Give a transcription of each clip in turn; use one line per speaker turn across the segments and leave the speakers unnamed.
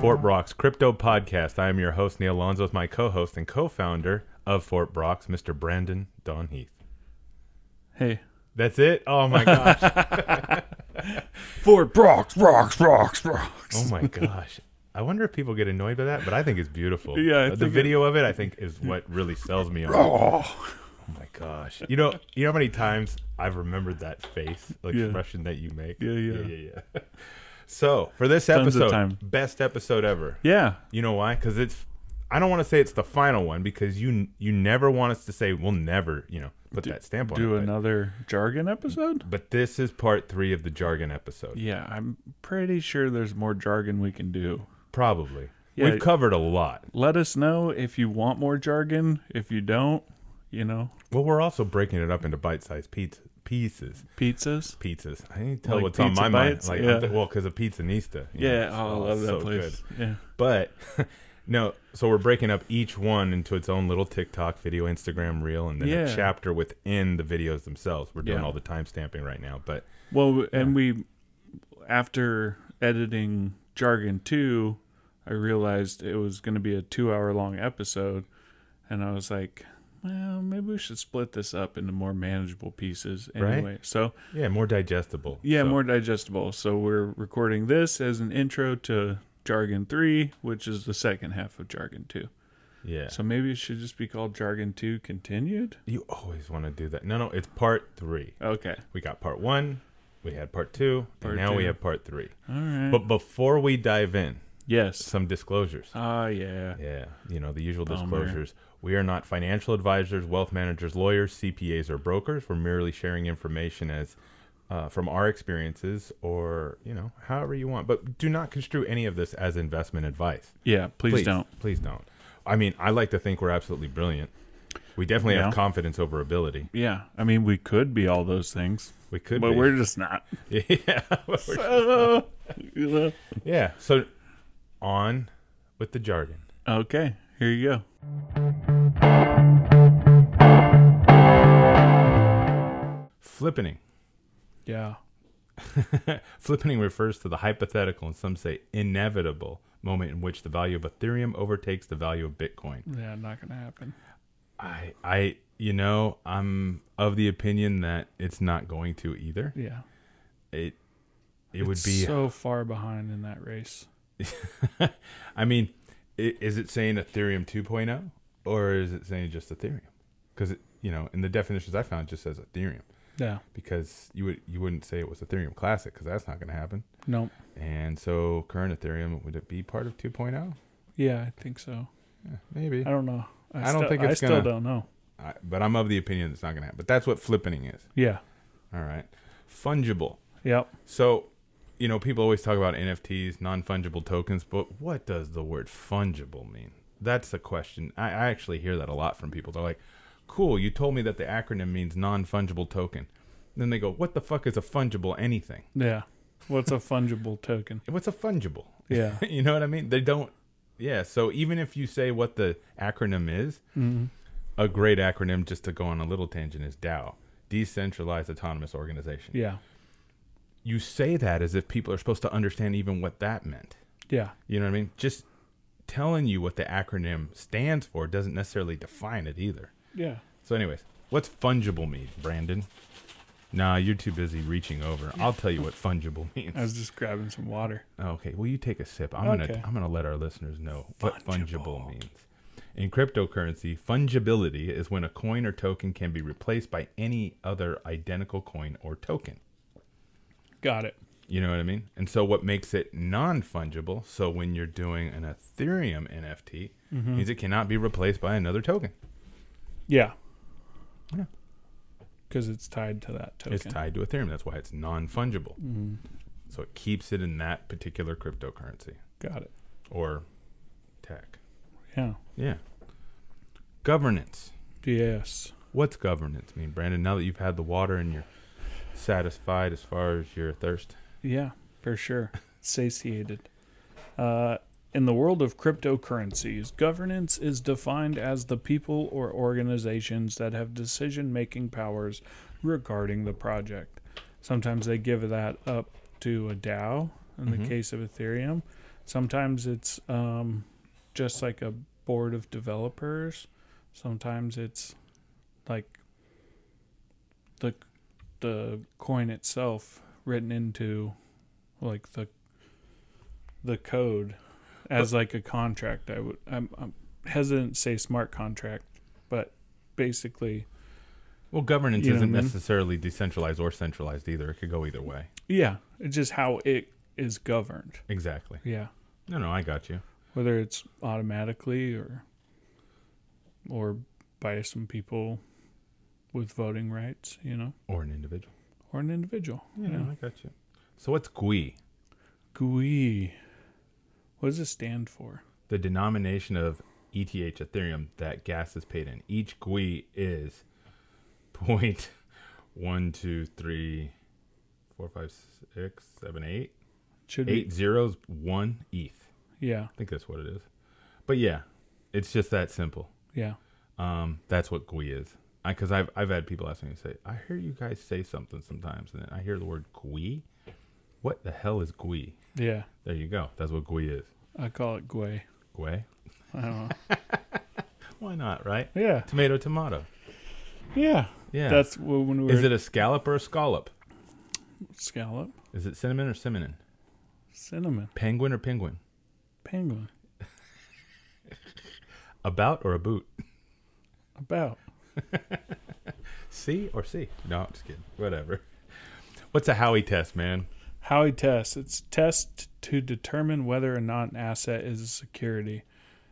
Fort Brock's Crypto Podcast. I am your host, Neil Alonzo, with my co host and co founder of Fort Brock's, Mr. Brandon Don Heath.
Hey.
That's it? Oh my gosh.
Fort Brox, rocks, rocks, rocks.
Oh my gosh. I wonder if people get annoyed by that, but I think it's beautiful.
Yeah, I
Uh, the
think it-
video of it, I think, is what really sells me on. it.
Oh.
Oh my gosh! You know, you know how many times I've remembered that face like
Yeah.
expression that you make.
Yeah, yeah.
yeah, yeah. So for this
Tons of
episode,
time.
best episode ever.
Yeah.
You know why? Because it's. I don't want to say it's the final one because you you never want us to say we'll never you know put that stamp on
Do
it. but-
another jargon episode?
But this is part three of the jargon episode.
Yeah, I'm pretty sure there's more jargon we can do.
Probably.
Yeah.
We've covered a lot.
Let us know if you want more jargon. If you don't, you know,
Well, we're also breaking it up into bite-sized pizza, pieces.
pizzas.
Pizzas. I can tell
Like
what's on
pizza
my
bites?
mind. Like,
Yeah.
I'm th- well, because of pizzanista. you know,
Yeah,
it's-
oh, I love
it's
that
so good.
place. Yeah.
But no, so we're breaking up each one into its own little TikTok video, Instagram reel, and then
Yeah.
a chapter within the videos themselves. We're doing
Yeah.
all the time stamping right now, but
Well, and we, after editing Jargon 2, I realized it was going to be a two hour long episode. And I was like, well, maybe we should split this up into more manageable pieces
Right.
anyway. So,
yeah, more digestible.
yeah,
So-
more digestible. So, we're recording this as an intro to Jargon 3, which is the second half of Jargon 2.
Yeah,
So, maybe it should just be called Jargon 2 Continued.
you always want to do that. No, no, it's part three.
Okay.
We got part one, we had part two,
Part
and now we
two.
have part three.
All right.
But before we dive in,
yes.
some disclosures.
Ah, yeah.
Yeah, you know, the usual
Bummer.
disclosures. We are not financial advisors, wealth managers, lawyers, CPAs, or brokers. We're merely sharing information as uh, from our experiences or, you know, however you want. But do not construe any of this as investment advice.
Yeah. please don't.
Please don't. I mean, I like to think we're absolutely brilliant. We definitely have
Yeah.
confidence over ability.
Yeah, I mean, we could be all those things,
We could
but
be.
we're just not.
yeah. We're-
You know?
yeah. So on with the jargon.
okay, here you go.
Flippening.
Yeah.
Flippening refers to the hypothetical and some say inevitable moment in which the value of Ethereum overtakes the value of Bitcoin.
Yeah, not gonna happen.
I, I, you know, I'm of the opinion that it's not going to either.
Yeah.
It, it would be.
so far behind in that race.
I mean, i- is it saying Ethereum 2.0 or is it saying just Ethereum? Because you know, in the definitions I found, it just says Ethereum
Yeah.
because you would you wouldn't say it was Ethereum Classic because that's not going to happen.
Nope.
And so, current Ethereum would it be part of 2.0?
Yeah, I think so.
Yeah, maybe.
I don't know. I,
don't
still-
think
I
it's
still
gonna-
don't know.
I, but I'm of the opinion it's not going to happen. But that's what flippening is.
Yeah.
All right. Fungible.
Yep.
So, you know, people always talk about NFTs, non fungible tokens, but what does the word fungible mean? That's the question. I, I actually hear that a lot from people. They're like, cool, you told me that the acronym means non fungible token. Then they go, what the fuck is a fungible anything?
Yeah. What's a fungible token?
What's a fungible?
Yeah.
you know what I mean? They don't. Yeah. So even if you say what the acronym is, a great acronym, just to go on a little tangent, is DAO, Decentralized Autonomous Organization.
Yeah.
You say that as if people are supposed to understand even what that meant.
Yeah.
You know what I mean? Just telling you what the acronym stands for doesn't necessarily define it either.
Yeah.
So, anyways, what's fungible mean, Brandon? Nah, you're too busy reaching over. I'll tell you what fungible means.
I was just grabbing some water.
Okay, well, you take a sip. I'm
Okay.
gonna I'm gonna let our listeners know what fungible means. In cryptocurrency, fungibility is when a coin or token can be replaced by any other identical coin or token.
Got it.
You know what I mean? And so, what makes it non fungible? So, when you're doing an Ethereum NFT,
Mm-hmm.
means it cannot be replaced by another token.
Yeah.
Yeah.
Because it's tied to that token. Mm-hmm.
It's tied to Ethereum. That's why it's non fungible. So, it keeps it in that particular cryptocurrency
Got it.
or tech.
Yeah.
Yeah. Governance.
Yes.
What's governance mean, Brandon? Now that you've had the water and you're satisfied as far as your thirst,
Yeah, for sure. Satiated. Uh, in the world of cryptocurrencies, governance is defined as the people or organizations that have decision making powers regarding the project. Sometimes they give that up to a DAO in
Mhm.
the case of Ethereum. Sometimes it's um, just like a board of developers. Sometimes it's like the the coin itself written into like the the code as like a contract. I would I'm, I'm hesitant to say smart contract, but basically
Well, governance
You know
isn't
what I mean?
necessarily decentralized or centralized either. It could go either way.
Yeah, it's just how it is governed.
Exactly.
Yeah,
No, no, I got you.
whether it's automatically or or by some people with voting rights, you know,
Or an individual.
or an individual.
Yeah,
You know,
I got you. So what's GUI?
GUI. What does it stand for?
The denomination of ETH Ethereum that gas is paid in. Each GUI is point one, two, three, four, five, six, seven, eight.
Should
Eight zeros, one ETH.
be yeah,
I think that's what it is. But yeah, it's just that simple.
yeah,
Um, that's what GUI is. I because I've I've had people asking me say, I hear you guys say something sometimes, and then I hear the word GUI. What the hell is GUI?
yeah.
There you go. That's what GUI is.
I call it GUI.
GUI.
I don't know.
Why not? Right?
yeah,
Tomato, tomato.
yeah.
Yeah.
That's wh- when we were
is it a scallop or a scallop?
scallop,
Is it cinnamon or cinnamon?
cinnamon,
Penguin or penguin?
penguin,
About or a boot?
about
C or C? No, I'm just kidding. Whatever. What's a Howey test, man?
Howey test. It's test to determine whether or not an asset is a security.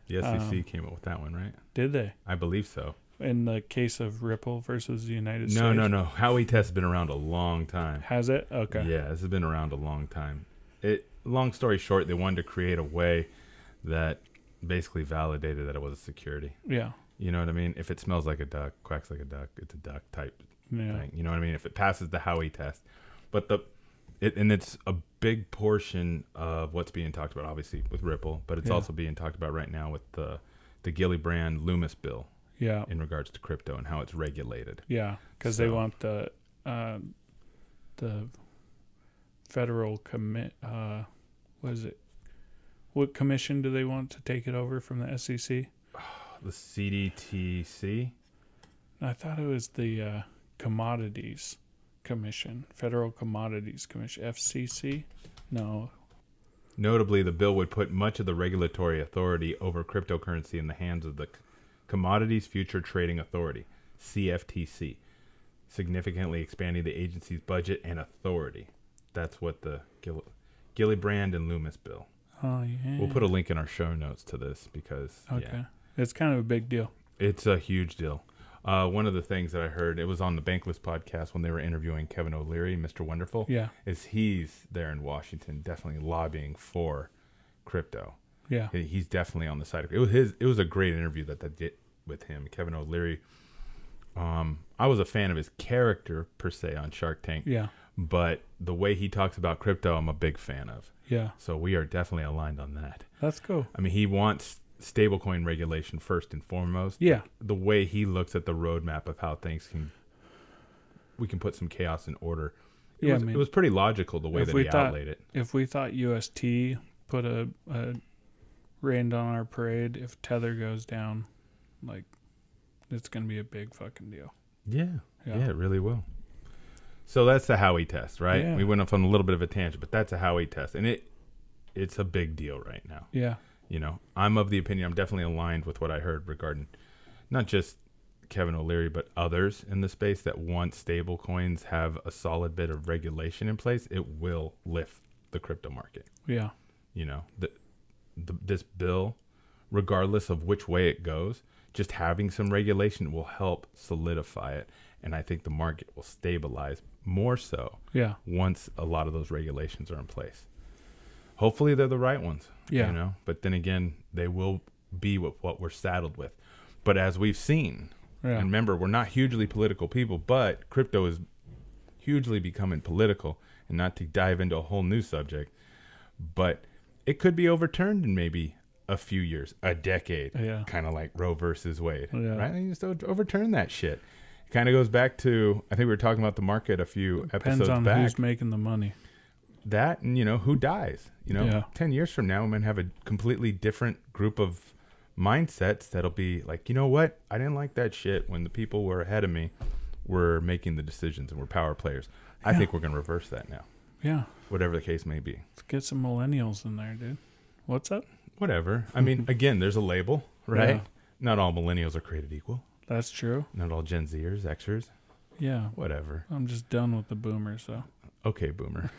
The SEC
Uh,
came up with that one, right?
Did they?
I believe so.
In the case of Ripple versus the United States?
No, no, no. Howey test has been around a long time.
Has it? Okay.
Yeah, this has been around a long time. It long story short, they wanted to create a way that basically validated that it was a security.
Yeah.
You know what I mean? If it smells like a duck, quacks like a duck, it's a duck type
Yeah.
thing. You know what I mean? If it passes the Howey test, but the it, and it's a big portion of what's being talked about, obviously with Ripple, but it's
Yeah.
also being talked about right now with the the Gillibrand Loomis bill
Yeah.
in regards to crypto and how it's regulated.
Yeah. Because they
So-
want the uh, the federal commit. Uh, what is it? What commission do they want to take it over from the E SEC?
The CDTC,
I thought it was the uh, Commodities Commission, Federal Commodities Commission, FCC. No,
Notably, the bill would put much of the regulatory authority over cryptocurrency in the hands of the C- Commodities Future Trading Authority, CFTC, significantly expanding the agency's budget and authority. That's what the Gil- Gillibrand and Loomis bill.
Oh yeah.
We'll put a link in our show notes to this because
okay.
yeah,
It's kind of a big deal.
it's a huge deal. Uh, one of the things that I heard, it was on the Bankless podcast when they were interviewing Kevin O'Leary, Mr. Wonderful,
Yeah.
is he's there in Washington definitely lobbying for crypto.
Yeah.
He- he's definitely on the side of it was his it was a great interview that they did with him kevin o'leary um i was a fan of his character per se on shark tank
Yeah.
but the way he talks about crypto i'm a big fan of
Yeah.
so we are definitely aligned on that
That's cool.
i mean he wants stablecoin regulation first and foremost
Yeah.
the way he looks at the roadmap of how things can we can put some chaos in order it,
Yeah,
was,
man.
it was pretty logical the way
If
that
we
he
thought-
outlaid it
If we thought UST put a, a rand on our parade, if Tether goes down, like it's gonna be a big fucking deal.
yeah Yeah,
Yeah.
it really will. So that's the Howey test, right?
Yeah.
We went off on a little bit of a tangent, but that's a Howey test, and it it's a big deal right now.
Yeah.
You know, I'm of the opinion I'm definitely aligned with what I heard regarding not just Kevin O'Leary, but others in the space that once stable coins have a solid bit of regulation in place, it will lift the crypto market.
Yeah.
You know, the, the, this bill, regardless of which way it goes, just having some regulation will help solidify it. And I think the market will stabilize more so
Yeah.
once a lot of those regulations are in place. Hopefully, they're the right ones.
Yeah.
You know, but then again, they will be with what we're saddled with. But as we've seen,
Yeah.
and remember, we're not hugely political people, but crypto is hugely becoming political. And not to dive into a whole new subject, but it could be overturned in maybe a few years, a decade.
Yeah.
Kind of like Roe versus Wade.
Yeah.
Right? And you just o- overturn that shit. It kind of goes back to, I think we were talking about the market a few
Depends
episodes
on
back.
who's making the money.
that and you know who dies you know
Yeah.
10 years from now we might have a completely different group of mindsets that'll be like you know what i didn't like that shit when the people who were ahead of me were making the decisions and were power players i
Yeah.
think we're going to reverse that now
Yeah.
whatever the case may be
Let's get some millennials in there, dude. What's up?
whatever i mean again there's a label right
Yeah.
not all millennials are created equal
That's true.
not all gen zers xers
Yeah.
whatever
I'm just done with the boomers, though.
okay boomer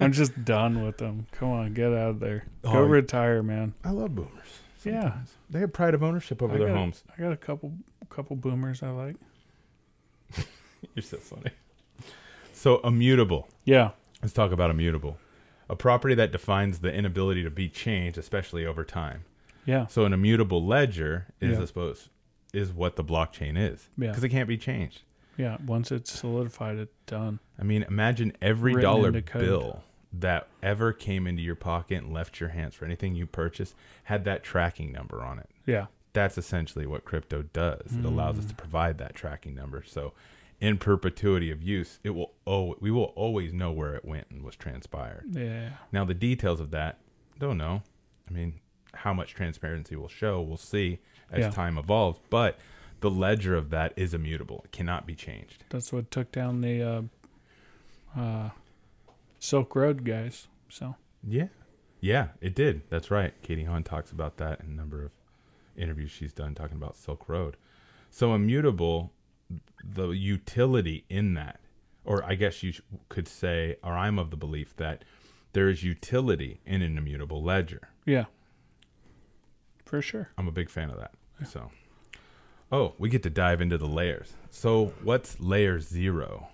I'm just done with them. Come on, get out of there. Go
Oh,
retire, man.
i love boomers
Yeah.
sometimes. they have pride of ownership over
I
their
got-
homes
I got a couple couple boomers I like.
You're so funny. So, immutable.
Yeah.
Let's talk about immutable. A property that defines the inability to be changed, especially over time.
Yeah.
So, an immutable ledger is,
Yeah.
I suppose, is what the blockchain is
Yeah.
because it can't be changed.
Yeah. Once it's solidified, it's done.
I mean, imagine every
Written
dollar
into code.
bill that ever came into your pocket and left your hands for anything you purchased had that tracking number on it.
Yeah.
that's essentially what crypto does. It allows us
Mm.
to provide that tracking number. So in perpetuity of use, it will oh we will always know where it went and was transpired.
Yeah.
Now the details of that, don't know. I mean, how much transparency will show, we'll see as
Yeah.
time evolves, but the ledger of that is immutable. It cannot be changed.
That's what took down the uh, uh, Silk Road guys. So
Yeah. Yeah, it did. That's right. Katie Hahn talks about that in a number of interviews she's done talking about Silk Road. So immutable, the utility in that, or I guess you sh- could say, or I'm of the belief that there is utility in an immutable ledger.
yeah, for sure.
I'm a big fan of that. So, oh, we get to dive into the layers. So, what's layer zero?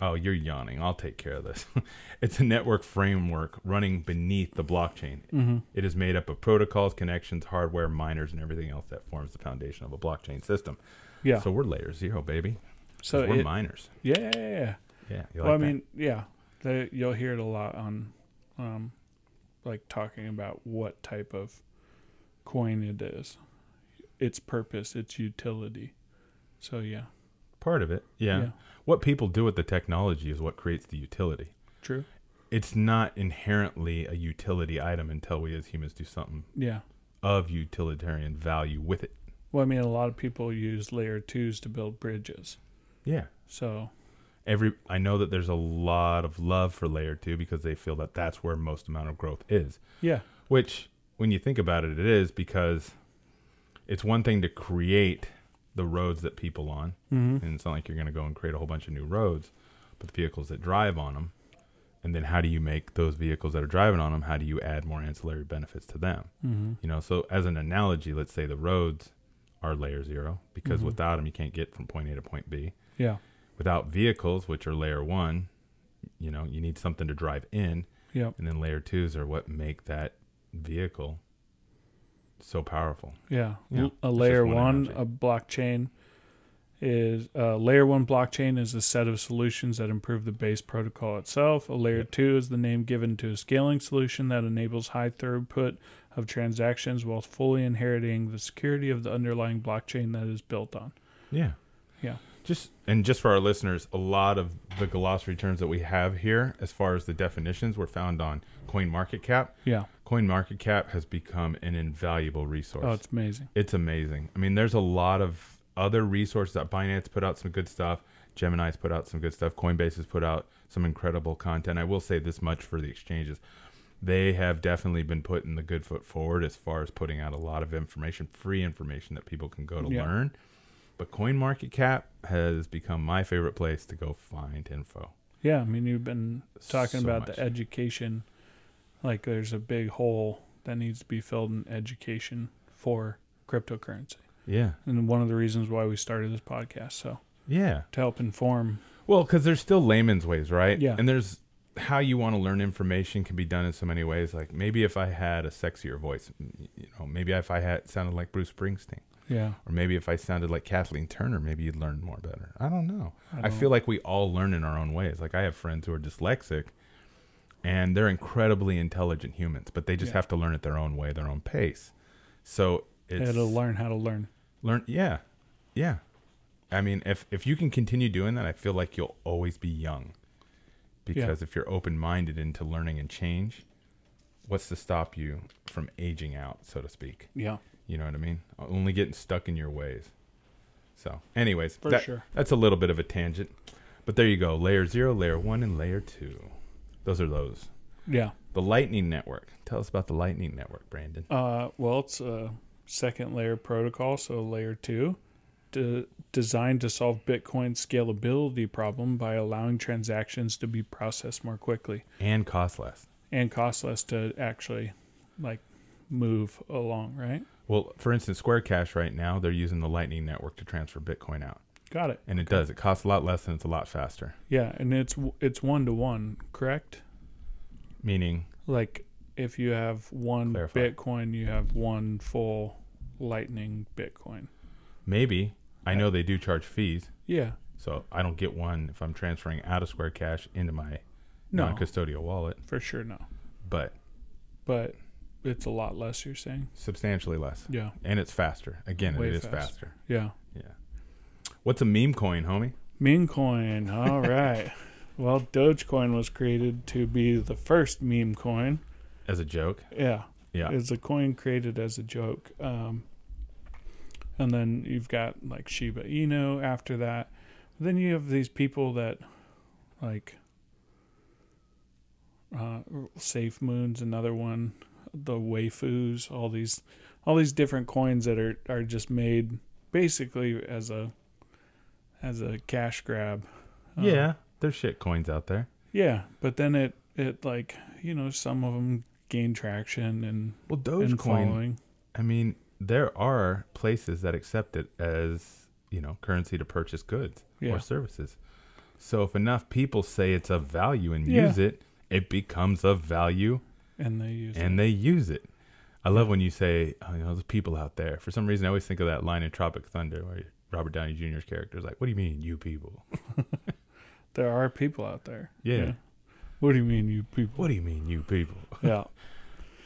Oh, you're yawning. I'll take care of this. it's a network framework running beneath the blockchain.
Mm-hmm.
It is made up of protocols, connections, hardware, miners, and everything else that forms the foundation of a blockchain system.
Yeah.
So we're layer zero, baby. 'Cause
So
we're
it-
miners.
yeah.
Yeah. You
well, I
like that?
mean, yeah, they, you'll hear it a lot on, um, like talking about what type of coin it is, its purpose, its utility. So yeah,
part of it. yeah.
Yeah.
What people do with the technology is what creates the utility.
true.
it's not inherently a utility item until we as humans do something
Yeah.
of utilitarian value with it.
Well, I mean, a lot of people use layer twos to build bridges.
Yeah.
So
Every I know that there's a lot of love for layer 2 because they feel that that's where most amount of growth is,
yeah,
which when you think about it it is because it's one thing to create the roads that people on
Mhm.
and it's not like you're going to go and create a whole bunch of new roads, but the vehicles that drive on them and then how do you make those vehicles that are driving on them how do you add more ancillary benefits to them?
mm-hmm.
You know, so as an analogy, let's say the roads are layer zero because
Mhm.
without them, you can't get from point A to point B.
yeah,
Without vehicles, which are layer one, you know, you need something to drive in.
Yep.
And then layer twos are what make that vehicle so powerful.
yeah.
Yeah,
L- a
it's
layer
just
one,
one
a blockchain is a layer one blockchain is a set of solutions that improve the base protocol itself. A layer
Yep.
two is the name given to a scaling solution that enables high throughput of transactions while fully inheriting the security of the underlying blockchain that is built on.
Yeah.
Yeah.
Just and just for our listeners, a lot of the glossary terms that we have here, as far as the definitions, were found on CoinMarketCap.
Yeah.
CoinMarketCap has become an invaluable resource.
Oh, it's amazing.
It's amazing. I mean, there's a lot of other resources that Binance put out some good stuff. Gemini's put out some good stuff. Coinbase has put out some incredible content. I will say this much for the exchanges. They have definitely been putting the good foot forward as far as putting out a lot of information, free information that people can go to
Yeah.
learn. But CoinMarketCap has become my favorite place to go find info.
Yeah, I mean, you've been talking
So
about
much.
the education. Like, there's a big hole that needs to be filled in education for cryptocurrency.
Yeah.
And one of the reasons why we started this podcast. So,
Yeah.
to help inform.
Well, because there's still layman's ways, right?
Yeah.
And there's how you want to learn information can be done in so many ways. Like maybe if I had a sexier voice, m- you know, maybe if I had sounded like Bruce Springsteen,
Yeah.
or maybe if I sounded like Kathleen Turner, maybe you'd learn more better. I don't know. I,
don't-
feel like we all learn in our own ways. Like I have friends who are dyslexic, and they're incredibly intelligent humans, but they just
Yeah.
have to learn at their own way, their own pace. So it's
It'll learn how to learn.
learn yeah yeah i mean if if you can continue doing that i feel like you'll always be young because if you're open minded into learning and change, what's to stop you from aging out, so to speak?
Yeah.
You know what I mean? Only getting stuck in your ways. So, anyways,
For
that-
sure.
that's a little bit of a tangent, but there you go. Layer zero, layer one, and layer two. Those are those.
Yeah.
The Lightning Network. Tell us about the Lightning Network, Brandon.
Uh, well, it's a second layer protocol, so layer two, de- designed to solve Bitcoin's scalability problem by allowing transactions to be processed more quickly
And cost less.
and cost less to actually, like, move along. Right?
Well, for instance, Square Cash right now, they're using the Lightning Network to transfer Bitcoin out.
Got it.
And it does. It costs a lot less and it's a lot faster.
Yeah, and it's w- it's one to one, correct?
Meaning,
Like, if you have one
Clarify.
Bitcoin, you have one full Lightning Bitcoin.
maybe, I know they do charge fees,
Yeah.
so I don't get one if I'm transferring out of Square Cash into my
No,
non custodial wallet,
for sure no.
but
But it's a lot less. You're saying?
substantially less.
Yeah.
And it's faster. Again,
Way
it is
faster.
faster.
Yeah.
Yeah. What's a meme coin, homie?
Meme coin. All right. Well, Dogecoin was created to be the first meme coin.
As a joke?
Yeah.
Yeah.
It's a coin created as a joke. Um, and then you've got like Shiba Inu after that. Then you have these people that like uh, Safe Moon's another one, the Waifus, all these all these different coins that are, are just made basically as a as a cash grab. Um,
yeah. There's shit coins out there.
Yeah, but then it it like, you know, some of them gain traction and
Well, Dogecoin.
and following.
I mean, there are places that accept it as, you know, currency to purchase goods
Yeah.
or services. So if enough people say it's of value and
Yeah.
use it, it becomes of value
and they use
and they use it. I love when you say, oh, you know, there's people out there. For some reason, I always think of that line in Tropic Thunder where Robert Downey Jr.'s character is like, what do you mean, you people?
there are people out there.
Yeah.
What do you mean, you people?
What do you mean, you people?
Yeah,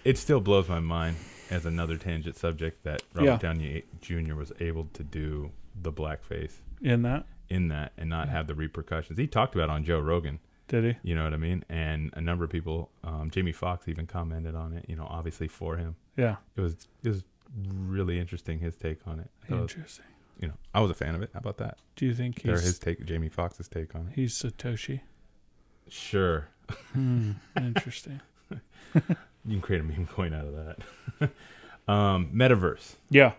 It still blows my mind as another tangent subject that Robert
Yeah.
Downey Jr. was able to do the blackface
in that
in that and not have the repercussions. He talked about it on Joe Rogan,
did he?
you know what I mean? And a number of people, um, Jamie Foxx even commented on it, you know, obviously for him.
Yeah,
It was it was really interesting his take on it. I thought it was-
interesting.
you know, I was a fan of it. How about that?
Do you think
Or
he's
his take, Jamie Foxx's take on
he's Satoshi?
it. Sure,
Hmm, interesting.
you can create a meme coin out of that. um, metaverse,
Yeah.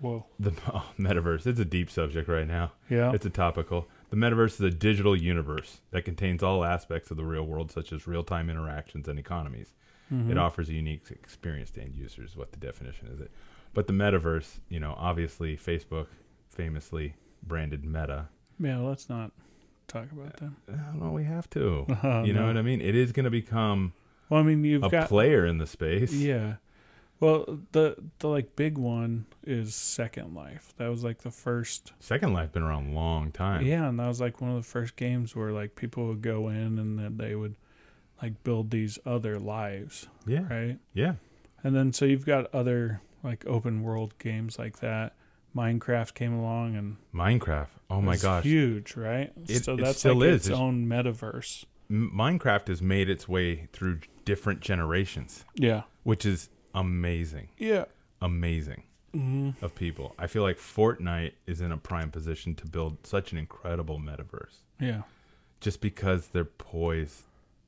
Whoa.
the oh, metaverse. It's a deep subject right now.
Yeah.
It's a topical. The metaverse is a digital universe that contains all aspects of the real world, such as real time interactions and economies.
Mm-hmm.
It offers a unique experience to end users, what the definition is it. But the metaverse, you know, obviously Facebook famously branded Meta.
yeah. Let's not talk about them.
I don't know, we have to.
Uh,
you know
no.
what I mean? It is going to become
Well, I mean, you've
a
got
player in the space.
yeah. Well, the the like big one is Second Life. That was like the first.
Second Life been around a long time.
Yeah, and that was like one of the first games where like people would go in and then they would like build these other lives,
Yeah.
right?
Yeah.
And then so you've got other like open world games like that. Minecraft came along and
Minecraft. Oh my
was
gosh.
huge, right?
It-
so
it
that's
still
like
is.
its
It's-
own metaverse.
M- Minecraft has made its way through different generations,
Yeah.
which is amazing.
Yeah.
amazing of people. I feel like Fortnite is in a prime position to build such an incredible metaverse
Yeah.
just because they're poised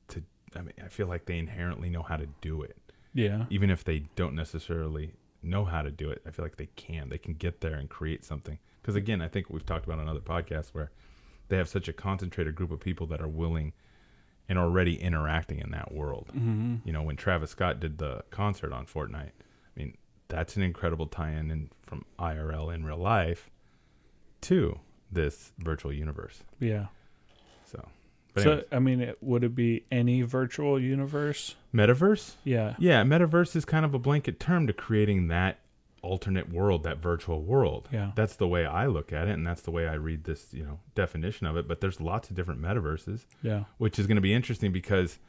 to I mean I feel like they inherently know how to do it.
Yeah.
Even if they don't necessarily know how to do it, I feel like they can. They can get there and create something. Cuz again, I think we've talked about on other podcasts where they have such a concentrated group of people that are willing and already interacting in that world.
hmm
You know, when Travis Scott did the concert on Fortnite, I mean, that's an incredible tie-in in, from IRL in real life to this virtual universe.
Yeah.
So, but
so
anyways,
I mean, it, would it be any virtual universe?
metaverse?
Yeah.
Yeah, metaverse is kind of a blanket term to creating that alternate world, that virtual world.
Yeah.
That's the way I look at it and that's the way I read this, you know, definition of it, but there's lots of different metaverses.
Yeah.
which is going to be interesting because,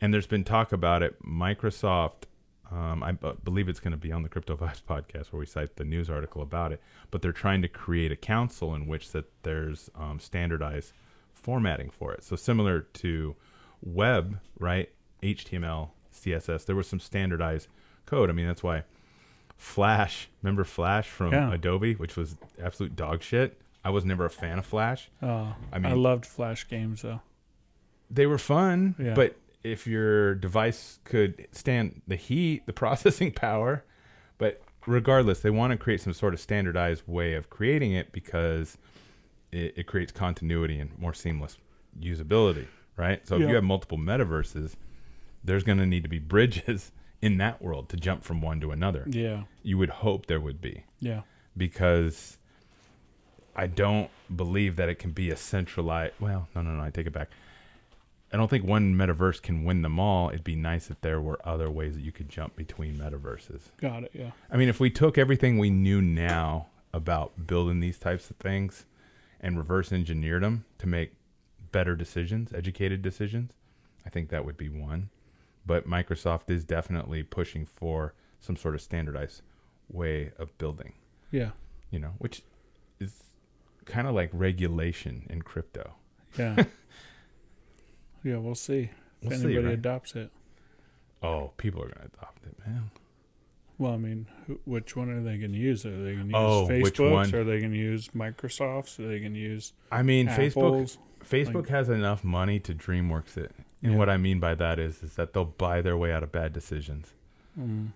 and there's been talk about it. Microsoft, um, I b- believe it's going to be on the Crypto Vibes podcast where we cite the news article about it. But they're trying to create a council in which that there's um, standardized formatting for it. So similar to web, right? HTML, CSS. There was some standardized code. I mean, that's why Flash. Remember Flash from
Yeah.
Adobe, which was absolute dog shit. I was never a fan of Flash.
Oh,
I
I
mean-
mean, I loved Flash games though.
They were fun,
Yeah.
but if your device could stand the heat, the processing power, but regardless, they want to create some sort of standardized way of creating it because it, it creates continuity and more seamless usability, right? So if you
Yeah.
have multiple metaverses, there's going to need to be bridges in that world to jump from one to another.
Yeah,
You would hope there would be
yeah,
because I don't believe that it can be a centralized. Well, no, no, no. I take it back. I don't think one metaverse can win them all. It'd be nice if there were other ways that you could jump between metaverses.
got it. Yeah,
I mean, if we took everything we knew now about building these types of things and reverse engineered them to make better decisions, educated decisions, I think that would be one. But Microsoft is definitely pushing for some sort of standardized way of building
yeah,
you know, which is kind of like regulation in crypto.
yeah, yeah. We'll see if
We'll see,
anybody
right?
adopts it.
Oh, people are going to adopt it, man.
Well, I mean, who, which one are they going to use? Are they going to use
Oh, which
Facebook's?
one?
Are they going to use Microsoft's? Are they going to use
I mean,
Apple's?
Facebook Facebook has enough money to DreamWorks it. And
Yeah.
what I mean by that is is that they'll buy their way out of bad decisions.
Mm,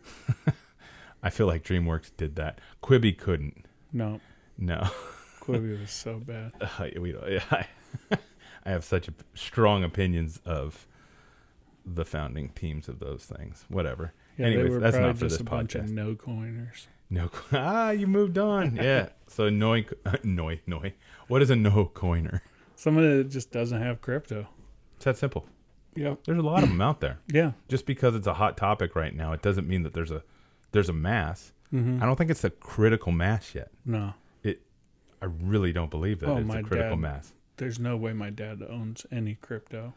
I feel like DreamWorks did that. Quibi couldn't.
no,
No.
Quibi was so bad.
we don't, I, I have such a strong opinions of the founding teams of those things. Whatever.
Yeah,
Anyways,
they were
that's
probably
not for
just
this
a bunch
podcast.
of no coiners.
No, co- ah, you moved on. Yeah. So noi, noi, noi. What is a no coiner?
Somebody that just doesn't have crypto.
It's that simple.
Yep.
There's a lot of them out there.
Yeah.
Just because it's a hot topic right now, it doesn't mean that there's a there's a mass.
Mm-hmm.
I don't think it's a critical mass yet.
No.
I really don't believe that
Oh,
it's
my
a critical
dad.
mass.
There's no way my dad owns any crypto.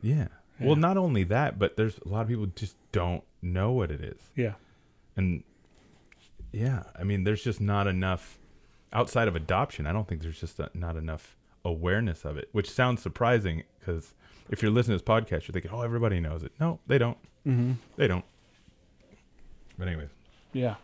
Yeah. Well,
Yeah.
not only that, but there's a lot of people just don't know what it is.
Yeah.
And yeah, I mean, there's just not enough outside of adoption. I don't think there's just not enough awareness of it, which sounds surprising because if you're listening to this podcast, you're thinking, oh, everybody knows it. No, they don't.
Mm-hmm.
They don't. But, anyways,
Yeah.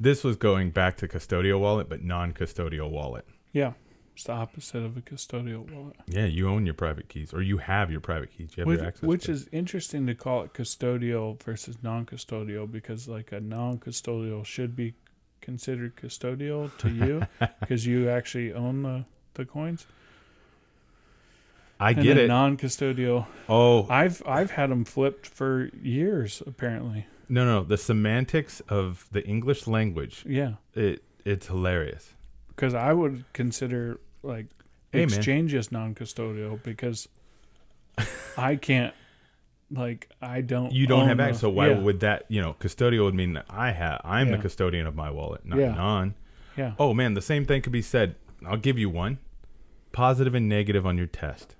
this was going back to custodial wallet, but non custodial wallet.
Yeah. It's the opposite of a custodial wallet.
Yeah, you own your private keys or you have your private keys. You have
Which,
your access.
which
to-
is interesting to call it custodial versus non custodial because, like, a non custodial should be considered custodial to you because you actually own the, the coins.
I
And
get it.
Non custodial.
oh,
I've, I've had them flipped for years, apparently.
no, no. The semantics of the English language,
Yeah.
it it's hilarious.
because I would consider like
Hey, man.
exchanges non-custodial because I can't like I don't
you don't
own
have access.
the-
So why
yeah,
would that? You know, custodial would mean that I have. I'm the
Yeah.
custodian of my wallet, not
Yeah.
non.
yeah
Oh man, the same thing could be said. I'll give you one, positive and negative on your test.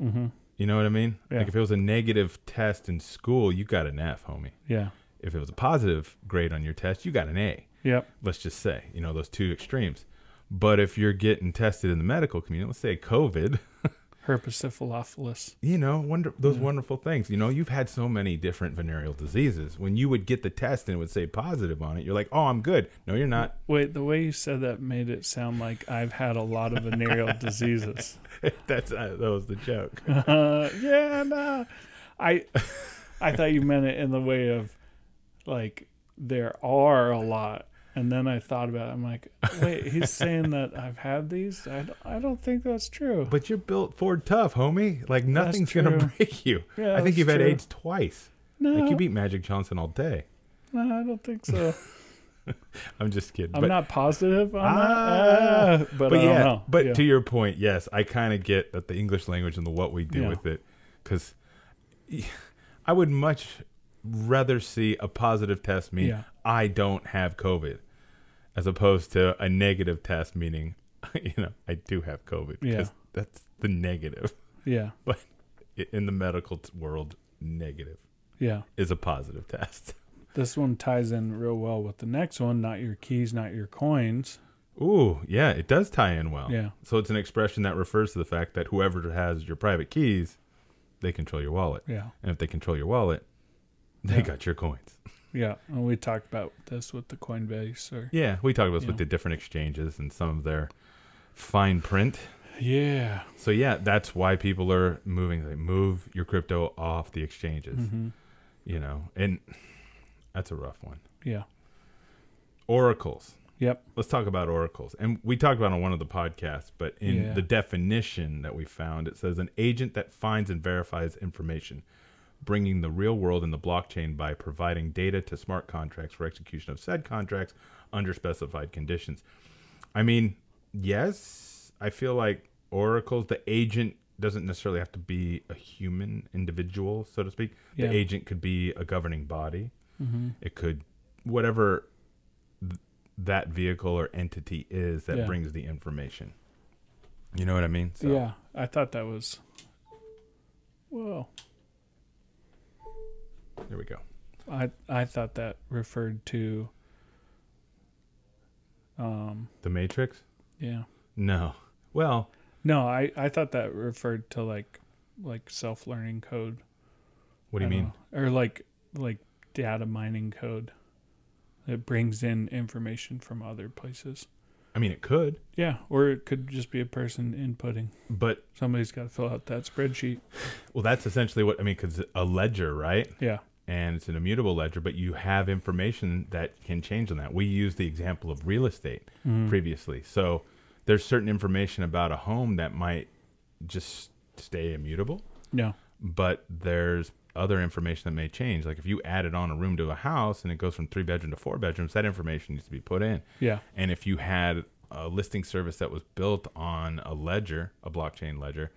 hmm
You know what I mean?
Yeah.
Like if it was a negative test in school, you got an F, homie.
yeah
If it was a positive grade on your test, you got an A.
yep
Let's just say, you know, those two extremes. But if you're getting tested in the medical community, let's say COVID,
herpesiphilophilus
you know, wonder those wonderful things. You know, you've had so many different venereal diseases. When you would get the test and it would say positive on it, you're like, "Oh, I'm good." No, you're not.
wait the way you said that made it sound like I've had a lot of venereal diseases
That's uh, that was the joke.
Uh, yeah no I I thought you meant it in the way of like there are a lot. And then I thought about it. I'm like, wait, he's saying that I've had these? I don't, I don't think that's true.
But you're built Ford tough, homie. Like nothing's gonna
true.
break you.
Yeah,
I think
that's
you've had
true.
AIDS twice.
No,
Like you beat Magic Johnson all day.
no, I don't think so.
I'm just kidding.
I'm
but,
not positive on
Ah,
that. ah, but,
but
I
yeah.
don't know.
But
yeah.
to your point, yes, I kind of get that the English language and the what we do
Yeah.
with it, because I would much rather see a positive test mean
Yeah.
I don't have COVID, as opposed to a negative test meaning you know I do have COVID. 'cause
Yeah.
that's the negative.
yeah,
But i- in the medical t- world, negative
yeah.
is a positive test.
This one ties in real well with the next one. Not your keys, not your coins.
Ooh, yeah, it does tie in well.
Yeah.
So it's an expression that refers to the fact that whoever has your private keys they control your wallet.
Yeah.
And if they control your wallet, they
Yeah.
got your coins.
Yeah. And we talked about this with the Coinbase or
Yeah, we talked about this with the
Yeah.
different exchanges and some of their fine print.
Yeah.
So yeah, that's why people are moving. They move your crypto off the exchanges,
hmm
you know, and that's a rough one.
Yeah.
Oracles.
Yep.
Let's talk about oracles. And we talked about it on one of the podcasts, but in
Yeah.
the definition that we found, it says an agent that finds and verifies information, bringing the real world in the blockchain by providing data to smart contracts for execution of said contracts under specified conditions. I mean, yes, I feel like oracles, the agent doesn't necessarily have to be a human individual, so to speak.
Yeah.
The agent could be a governing body.
hmm
It could, whatever th- that vehicle or entity is that
Yeah.
brings the information. You know what I mean?
Yeah. I thought that was. Whoa.
There we go.
I I thought that referred to. Um.
The Matrix?
Yeah.
No. Well,
No. I I thought that referred to like like self learning code.
what do you
I
mean?
don't know. Or like like data mining code. It brings in information from other places.
I mean, it could,
Yeah, or it could just be a person inputting.
but,
Somebody's got to fill out that spreadsheet.
well, that's essentially what I mean, because a ledger, right?
Yeah,
and it's an immutable ledger, but you have information that can change on that. We used the example of real estate
Mm-hmm. Mm.
previously. So there's certain information about a home that might just stay immutable,
no,
but there's other information that may change. Like if you added on a room to a house and it goes from three bedroom to four bedrooms, that information needs to be put in.
yeah,
And if you had a listing service that was built on a ledger, a blockchain ledger,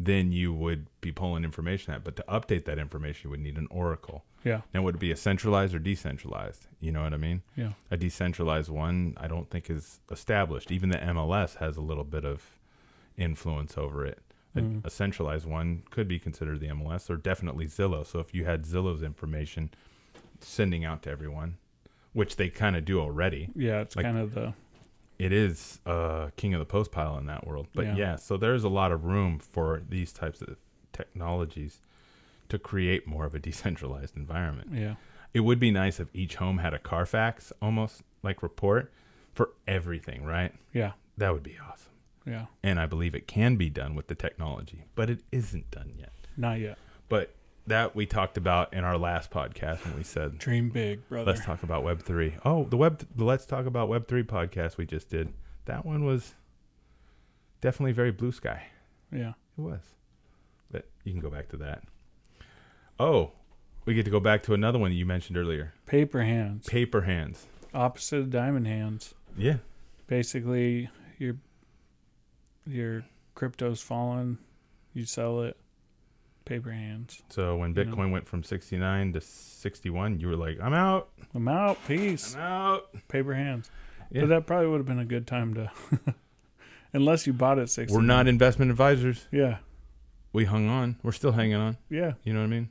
then you would be pulling information out. But to update that information, you would need an oracle.
yeah,
Now, would it be a centralized or decentralized? You know what I mean?
yeah,
A decentralized one, I don't think is established. Even the MLS has a little bit of influence over it. A,
Mm-hmm.
a centralized one could be considered the MLS or definitely Zillow. So if you had Zillow's information sending out to everyone, which they kind of do already,
yeah. It's
Like-
kind of the
it is uh, king of the post pile in that world. But
Yeah.
yeah. so there's a lot of room for these types of technologies to create more of a decentralized environment
yeah,
it would be nice if each home had a Carfax almost like report for everything, right?
yeah,
That would be awesome.
yeah.
And I believe it can be done with the technology, but it isn't done yet.
Not yet.
But that we talked about in our last podcast when we said
Dream big, brother.
let's talk about web 3. Oh, the web the let's talk about web 3 podcast we just did. That one was definitely very blue sky.
Yeah,
It was. But you can go back to that. Oh, we get to go back to another one you mentioned earlier.
paper hands,
Paper hands.
opposite of diamond hands.
Yeah.
Basically, your your crypto's fallen. You sell it. Paper hands.
So when
You know?
Bitcoin went from 69 to 61, you were like, "I'm out.
I'm out. Peace.
I'm out."
Paper hands.
Yeah.
But that probably would have been a good time to, unless you bought it six.
We're not investment advisors.
Yeah,
We hung on. We're still hanging on.
yeah,
You know what I mean?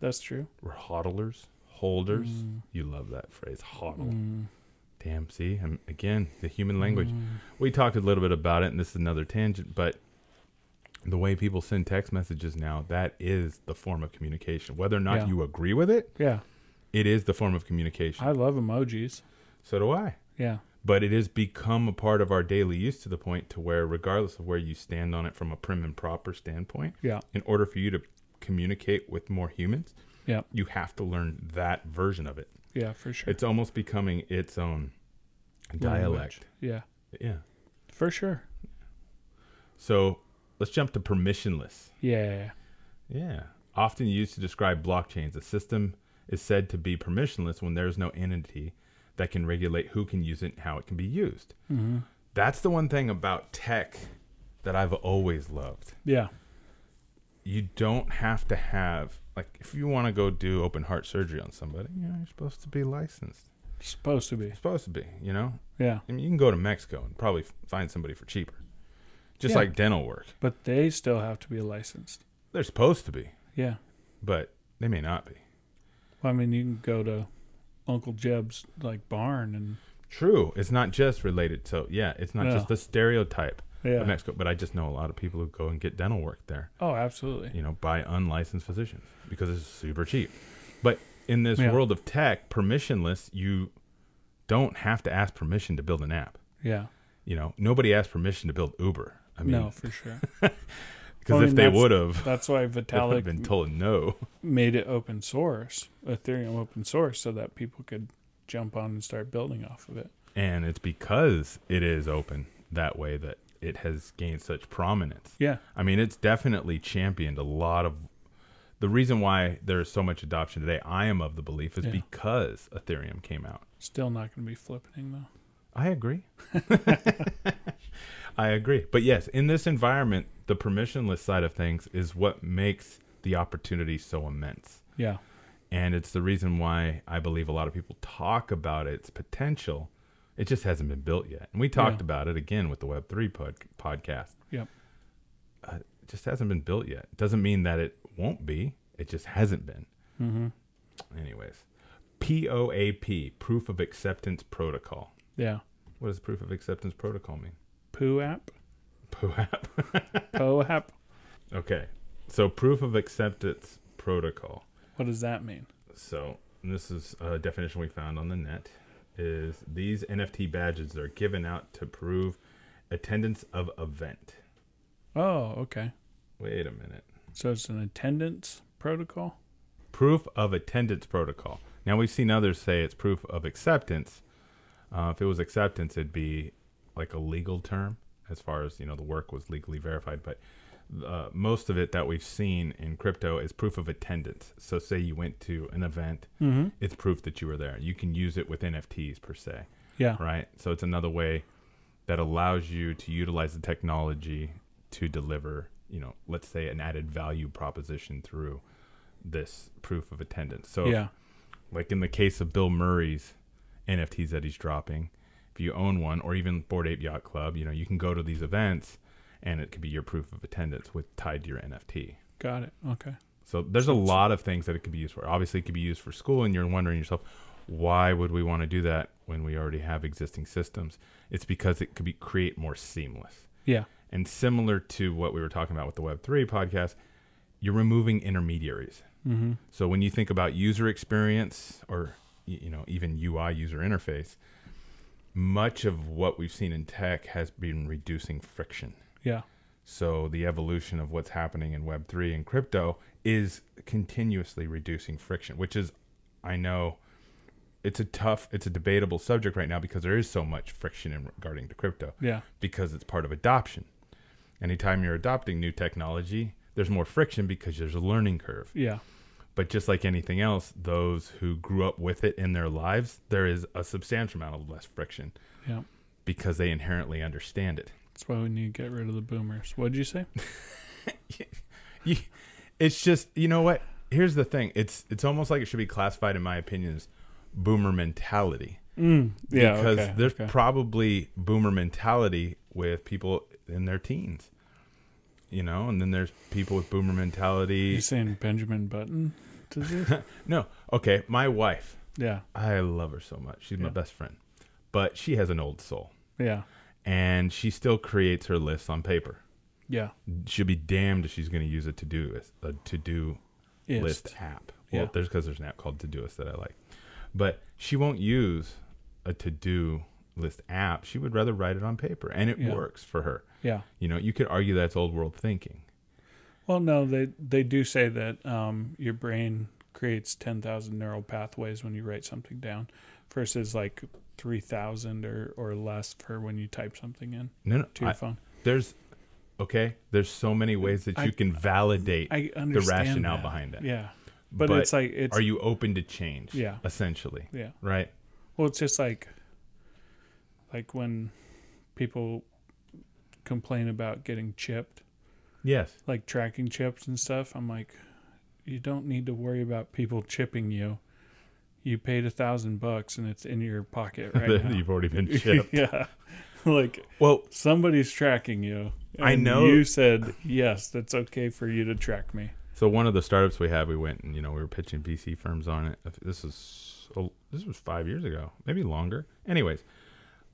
that's true.
We're hodlers, holders.
Mm.
You love that phrase, hodl.
Mm.
Damn, see? i again, the human language. We talked a little bit about it and this is another tangent, but the way people send text messages now, that is the form of communication. Whether or not
Yeah.
you agree with it,
Yeah,
it is the form of communication.
I love emojis.
so do I.
Yeah,
but it has become a part of our daily use to the point to where regardless of where you stand on it from a prim and proper standpoint
yeah,
in order for you to communicate with more humans
Yep.
you have to learn that version of it
yeah, for sure.
it's almost becoming its own
Language.
dialect
Yeah,
yeah
for sure.
so let's jump to permissionless
Yeah,
yeah often used to describe blockchains a system is said to be permissionless when there is no entity that can regulate who can use it and how it can be used
hmm
That's the one thing about tech that I've always loved.
yeah,
You don't have to have like if you want to go do open heart surgery on somebody, you know, you're supposed to be licensed.
supposed to be.
You're supposed to be, you know?
Yeah,
I mean, you can go to Mexico and probably f- find somebody for cheaper. Just
Yeah.
like dental work.
but they still have to be licensed.
They're supposed to be,
Yeah,
but they may not be.
well, I mean, you can go to Uncle Jeb's like barn and
True. It's not just related to yeah, it's not
Yeah.
just the stereotype
Yeah.
of Mexico. But I just know a lot of people who go and get dental work there,
Oh, absolutely.
you know, by unlicensed physicians because it's super cheap. But in this
Yeah.
world of tech, permissionless, you don't have to ask permission to build an app.
Yeah.
You know, nobody asked permission to build Uber. I
no,
mean,
for sure.
because
I mean,
if they
that's-
would have,
That's why
they would have
Vitalik
been told no.
made it open source, Ethereum open source, so that people could jump on and start building off of it.
And it's because it is open that way that it has gained such prominence.
Yeah.
I mean, it's definitely championed a lot of the reason why there's so much adoption today. I am of the belief is
Yeah.
because Ethereum came out.
Still not going to be flipping though.
I agree. I agree. But yes, in this environment, the permissionless side of things is what makes the opportunity so immense.
Yeah.
And it's the reason why I believe a lot of people talk about its potential. It just hasn't been built yet. And we talked
Yeah.
about it again with the Web3 pod- podcast.
Yep.
Uh, it just hasn't been built yet. Doesn't mean that it won't be, it just hasn't been.
Mm-hmm.
Anyways, POAP, Proof of Acceptance Protocol.
Yeah.
What does Proof of Acceptance Protocol mean?
Poo app.
POAP.
Po app.
okay. So, Proof of Acceptance Protocol.
What does that mean?
So this is a definition we found on the net is these NFT badges are given out to prove attendance of event.
Oh, okay.
Wait a minute.
So it's an attendance protocol.
Proof of attendance protocol. Now we've seen others say it's proof of acceptance. Uh, if it was acceptance, it'd be like a legal term as far as you know the work was legally verified. But uh, most of it that we've seen in crypto is proof of attendance. So say you went to an event,
Mm-hmm.
it's proof that you were there. You can use it with NFTs per se.
Yeah.
right? So it's another way that allows you to utilize the technology to deliver, you know, let's say an added value proposition through this proof of attendance. So,
Yeah.
like in the case of Bill Murray's NFTs that he's dropping, if you own one or even Board Ape Yacht Club, you know, you can go to these events and it could be your proof of attendance with tied to your NFT.
Got it. Okay.
So there's a lot of things that it could be used for. Obviously, it could be used for school, and you're wondering yourself, why would we want to do that when we already have existing systems? It's because it could be create more seamless.
Yeah.
And similar to what we were talking about with the Web3 podcast, you're removing intermediaries.
Mm-hmm.
So when you think about user experience or y- you know even UI user interface, much of what we've seen in tech has been reducing friction.
Yeah.
So the evolution of what's happening in Web3 and crypto is continuously reducing friction, which is, I know, it's a tough, it's a debatable subject right now because there is so much friction in regarding to crypto
Yeah.
because it's part of adoption. Anytime you're adopting new technology, there's more friction because there's a learning curve.
Yeah.
But just like anything else, those who grew up with it in their lives, there is a substantial amount of less friction
Yeah.
because they inherently understand it.
That's why we need to get rid of the boomers. What'd you say?
You- it's just you know what here's the thing it's it's almost like it should be classified in my opinion as boomer mentality
Mm. Yeah.
because
okay,
there's
okay.
probably boomer mentality with people in their teens you know and then there's people with boomer
you
mentality
saying Benjamin Button to this?
no okay my wife
yeah.
i love her so much she's my
Yeah.
best friend but she has an old soul
Yeah.
and she still creates her lists on paper
Yeah.
she'll be damned if she's going to use it to do a to do
Ist.
list app. Well,
Yeah.
there's because there's an app called Todoist that I like, but she won't use a to do list app. She would rather write it on paper, and it
Yeah.
works for her.
Yeah.
You know, you could argue that's old world thinking.
Well, no, they they do say that um, your brain creates ten thousand neural pathways when you write something down, versus like three thousand or or less for when you type something in
No, no,
to your
I-
phone.
there's okay. There's so many ways that you
I-
can validate.
I understand
rationale
that.
behind it.
Yeah, but, it's like it's
are you open to change?
Yeah.
essentially,
yeah.
right?
Well, it's just like like when people complain about getting chipped,
Yes,
like tracking chips and stuff. I'm like, you don't need to worry about people chipping you. You paid a thousand bucks and it's in your pocket right now.
you've already been chipped.
yeah. Like
well,
somebody's tracking you.
I
and
know-
You said, yes, that's okay for you to track me.
So one of the startups we had, we went and you know we were pitching VC firms on it. This is this was five years ago, maybe longer. Anyways,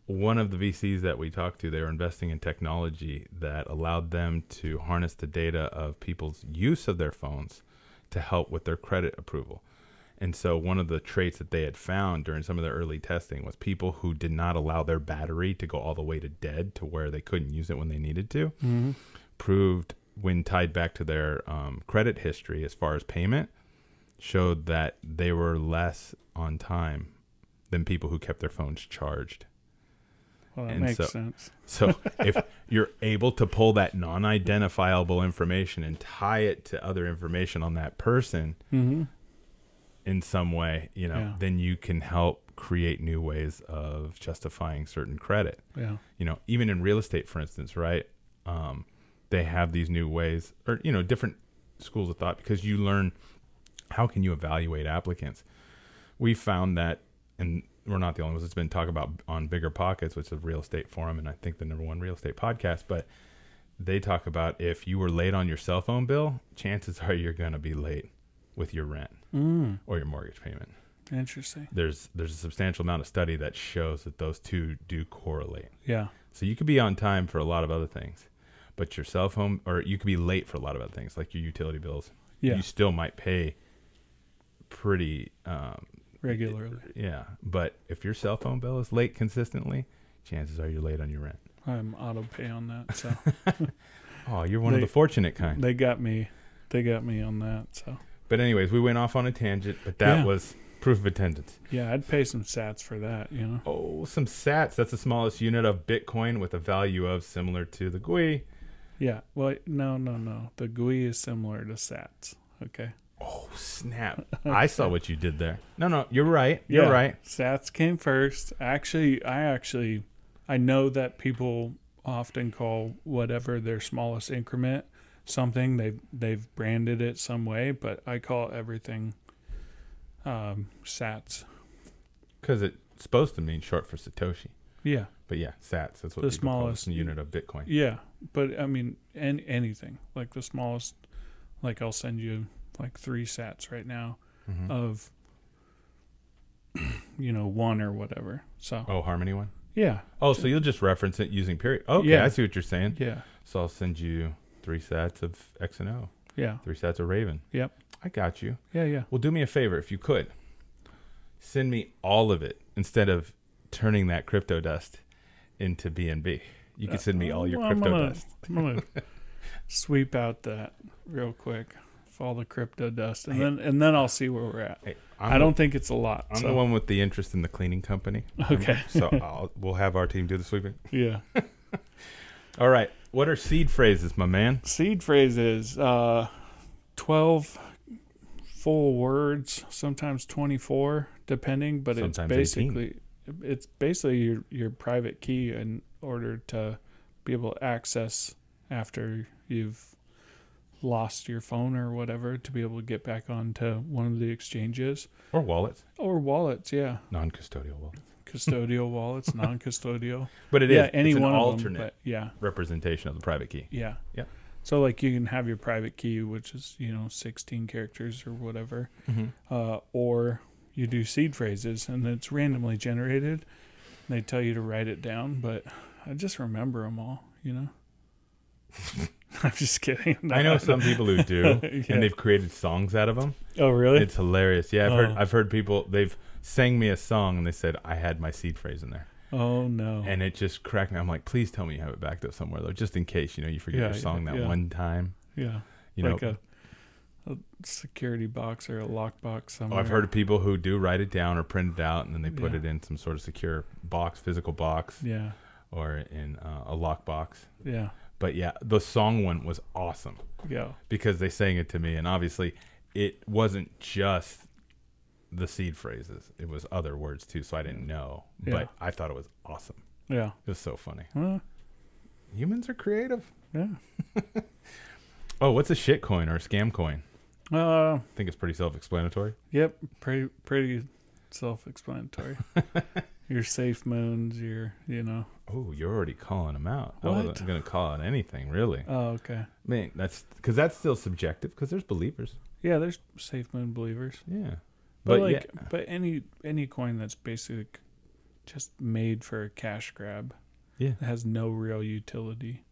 one of the VCs that we talked to, they were investing in technology that allowed them to harness the data of people's use of their phones to help with their credit approval. And so, one of the traits that they had found during some of their early testing was people who did not allow their battery to go all the way to dead to where they couldn't use it when they needed to proved when tied back to their um, credit history as far as payment showed that they were less on time than people who kept their phones charged.
Well, that
And
makes
so-
sense.
So if you're able to pull that non-identifiable information and tie it to other information on that person
Mm-hmm.
in some way, you know,
Yeah.
then you can help create new ways of justifying certain credit.
Yeah.
You know, even in real estate, for instance, right? Um, they have these new ways, or you know, different schools of thought because you learn how can you evaluate applicants we found that, and we're not the only ones. It's been talked about on Bigger Pockets, which is a real estate forum, and I think the number one real estate podcast. But they talk about if you were late on your cell phone bill, chances are you're going to be late with your rent or your mortgage payment.
Mm. Interesting.
There's there's a substantial amount of study that shows that those two do correlate.
Yeah.
So you could be on time for a lot of other things, but your cell phone, or you could be late for a lot of other things, like your utility bills.
Yeah.
You still might pay pretty um,
Regularly.
yeah, but if your cell phone bill is late consistently, chances are you're late on your rent.
I'm auto pay on that. So
Oh, you're one of
They-
the fortunate kind.
they got me. They got me on that. So
but anyways, we went off on a tangent, but that
Yeah.
was proof of attendance.
yeah, I'd pay some sats for that. You know.
Oh, some sats. That's the smallest unit of Bitcoin with a value of similar to the GUI.
Yeah. Well, no, no, no. The GUI is similar to sats. Okay.
Oh, snap. I saw what you did there. No, no, you're right. You're
Yeah,
right.
Sats came first. Actually, I actually I know that people often call whatever their smallest increment something they they've branded it some way, but I call everything um Sats.
Because it's supposed to mean short for Satoshi.
Yeah.
But yeah, sats. That's what people call
The
it,
smallest-
unit of Bitcoin.
Yeah, but I mean, and anything like the smallest, like I'll send you like three sats right now
Mhm.
of, you know, one or whatever. So
Oh, Harmony one?
yeah,
Oh, so you'll just reference it using period. Okay,
Yeah.
I see what you're saying.
yeah,
So I'll send you three sets of X and O,
yeah,
three sets of Raven.
Yep.
I got you.
yeah, yeah.
Well, do me a favor if you could. Send me all of it instead of turning that crypto dust into BNB. You can send me all your
Well,
crypto
Uh, I'm gonna,
dust.
I'm gonna sweep out that real quick, all the crypto dust, and then and then I'll see where we're at.
Hey, I'm
I'm I do not
The,
think it's a lot.
I'm
so,
the one with the interest in the cleaning company.
Okay.
so I'll, we'll have our team do the sweeping.
Yeah.
All right. What are seed phrases, my man?
seed phrases uh 12 full words sometimes 24 depending but
Sometimes
it's basically it's basically your your private key in order to be able to access after you've lost your phone or whatever to be able to get back onto one of the exchanges
Or wallets,
or wallets yeah
non custodial wallets.
custodial wallets non-custodial
But it is
yeah any
it's an
one
alternate
of them but yeah
representation of the private key.
yeah.
Yep.
So like you can have your private key, which is you know 16 characters or whatever, uh, or you do seed phrases and it's randomly generated. They tell you to write it down, but I just remember them all. You know. I'm just kidding.
I know some people who do,
Yeah.
and they've created songs out of them.
Oh really?
It's hilarious. Yeah, I've heard
Oh.
I've heard people they've sang me a song and they said I had my seed phrase in there,
oh no.
and it just cracked me. I'm like, please tell me you have it backed up somewhere though, just in case you know you forget
Yeah,
your
yeah,
song that
yeah.
one time.
yeah.
You
like
know,
a, a security box or a lockbox
Oh,
somewhere.
I've heard of people who do write it down or print it out and then they put
Yeah.
it in some sort of secure box, physical box,
Yeah.
or in uh, a lock box.
Yeah.
But yeah, the song one was awesome.
Yeah.
because they sang it to me and obviously it wasn't just the seed phrases it was other words too so i didn't know
Yeah.
but i thought it was awesome
Yeah.
it was so funny
Huh?
humans are creative
yeah.
oh what's a shit coin or a scam coin
Uh,
i think it's pretty self-explanatory
Yep, pretty pretty self-explanatory. your safe moons, your you know.
oh you're already calling them out i
What?
wasn't going to call it anything really
Oh, okay.
man that's because that's still subjective because there's believers
Yeah, there's safe moon believers,
yeah
but,
but,
like,
yeah
but any any coin that's basically just made for a cash grab.
Yeah.
It has no real utility.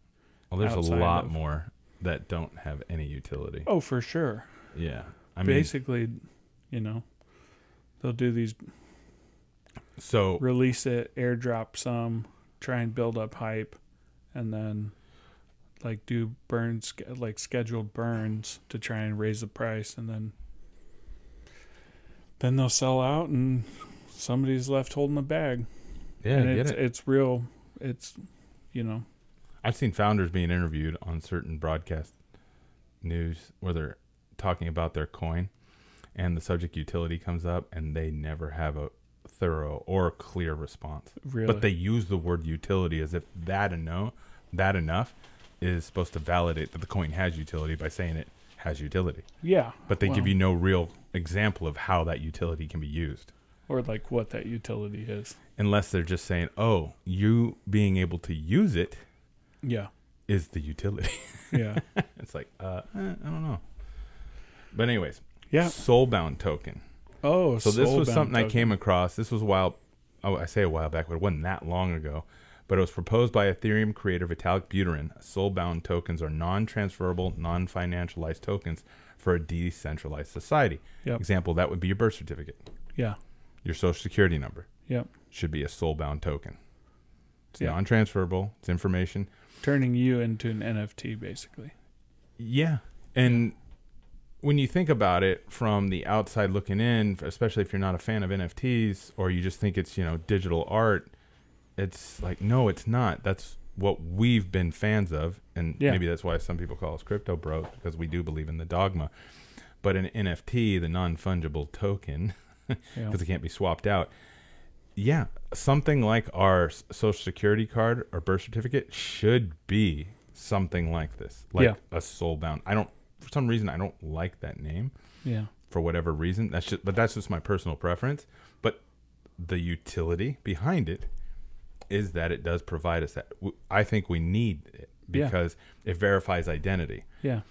Well, there's a
outside
lot
of-
more that don't have any utility.
Oh, for sure.
Yeah. I mean,
Basically, you know, they'll do these
so
release it, airdrop some, try and build up hype, and then like do burns like scheduled burns to try and raise the price, and then then they'll sell out, and somebody's left holding the bag.
yeah,
and
I get
it's
it.
it's real. It's you know
I've seen founders being interviewed on certain broadcast news where they're talking about their coin and the subject utility comes up and they never have a thorough or clear response.
really.
But they use the word utility as if that enough, that enough is supposed to validate that the coin has utility by saying it has utility.
yeah,
But they give
Well.
you no real example of how that utility can be used.
or like what that utility is.
Unless they're just saying, "Oh, you being able to use it
Yeah,
is the utility."
yeah,
It's like, uh, eh, I don't know. But anyways,
yeah.
Soulbound token.
Oh,
So this was
Soulbound
something I
token.
came across. This was a while. Oh, I say a while back, but it wasn't that long ago. But it was proposed by Ethereum creator Vitalik Buterin. Soulbound tokens are non-transferable, non-financialized tokens for a decentralized society.
Yep.
Example: that would be your birth certificate,
Yeah,
your social security number
yeah.
should be a soulbound token. It's
Yeah.
non-transferable. It's information.
Turning you into an NFT basically.
Yeah. And when you think about it from the outside looking in, especially if you're not a fan of NFTs or you just think it's, you know, digital art, it's like, no, it's not. That's what we've been fans of. And
Yeah.
maybe that's why some people call us crypto bros because we do believe in the dogma. But an NFT, the non fungible token,
Yeah.
because it can't be swapped out. Yeah, something like our s- social security card or birth certificate should be something like this, like a soulbound. I don't, for some reason, I don't like that name
Yeah.
for whatever reason. That's just, but that's just my personal preference. But the utility behind it is that it does provide us that. w- I think we need it
Yeah.
because it verifies identity.
Yeah.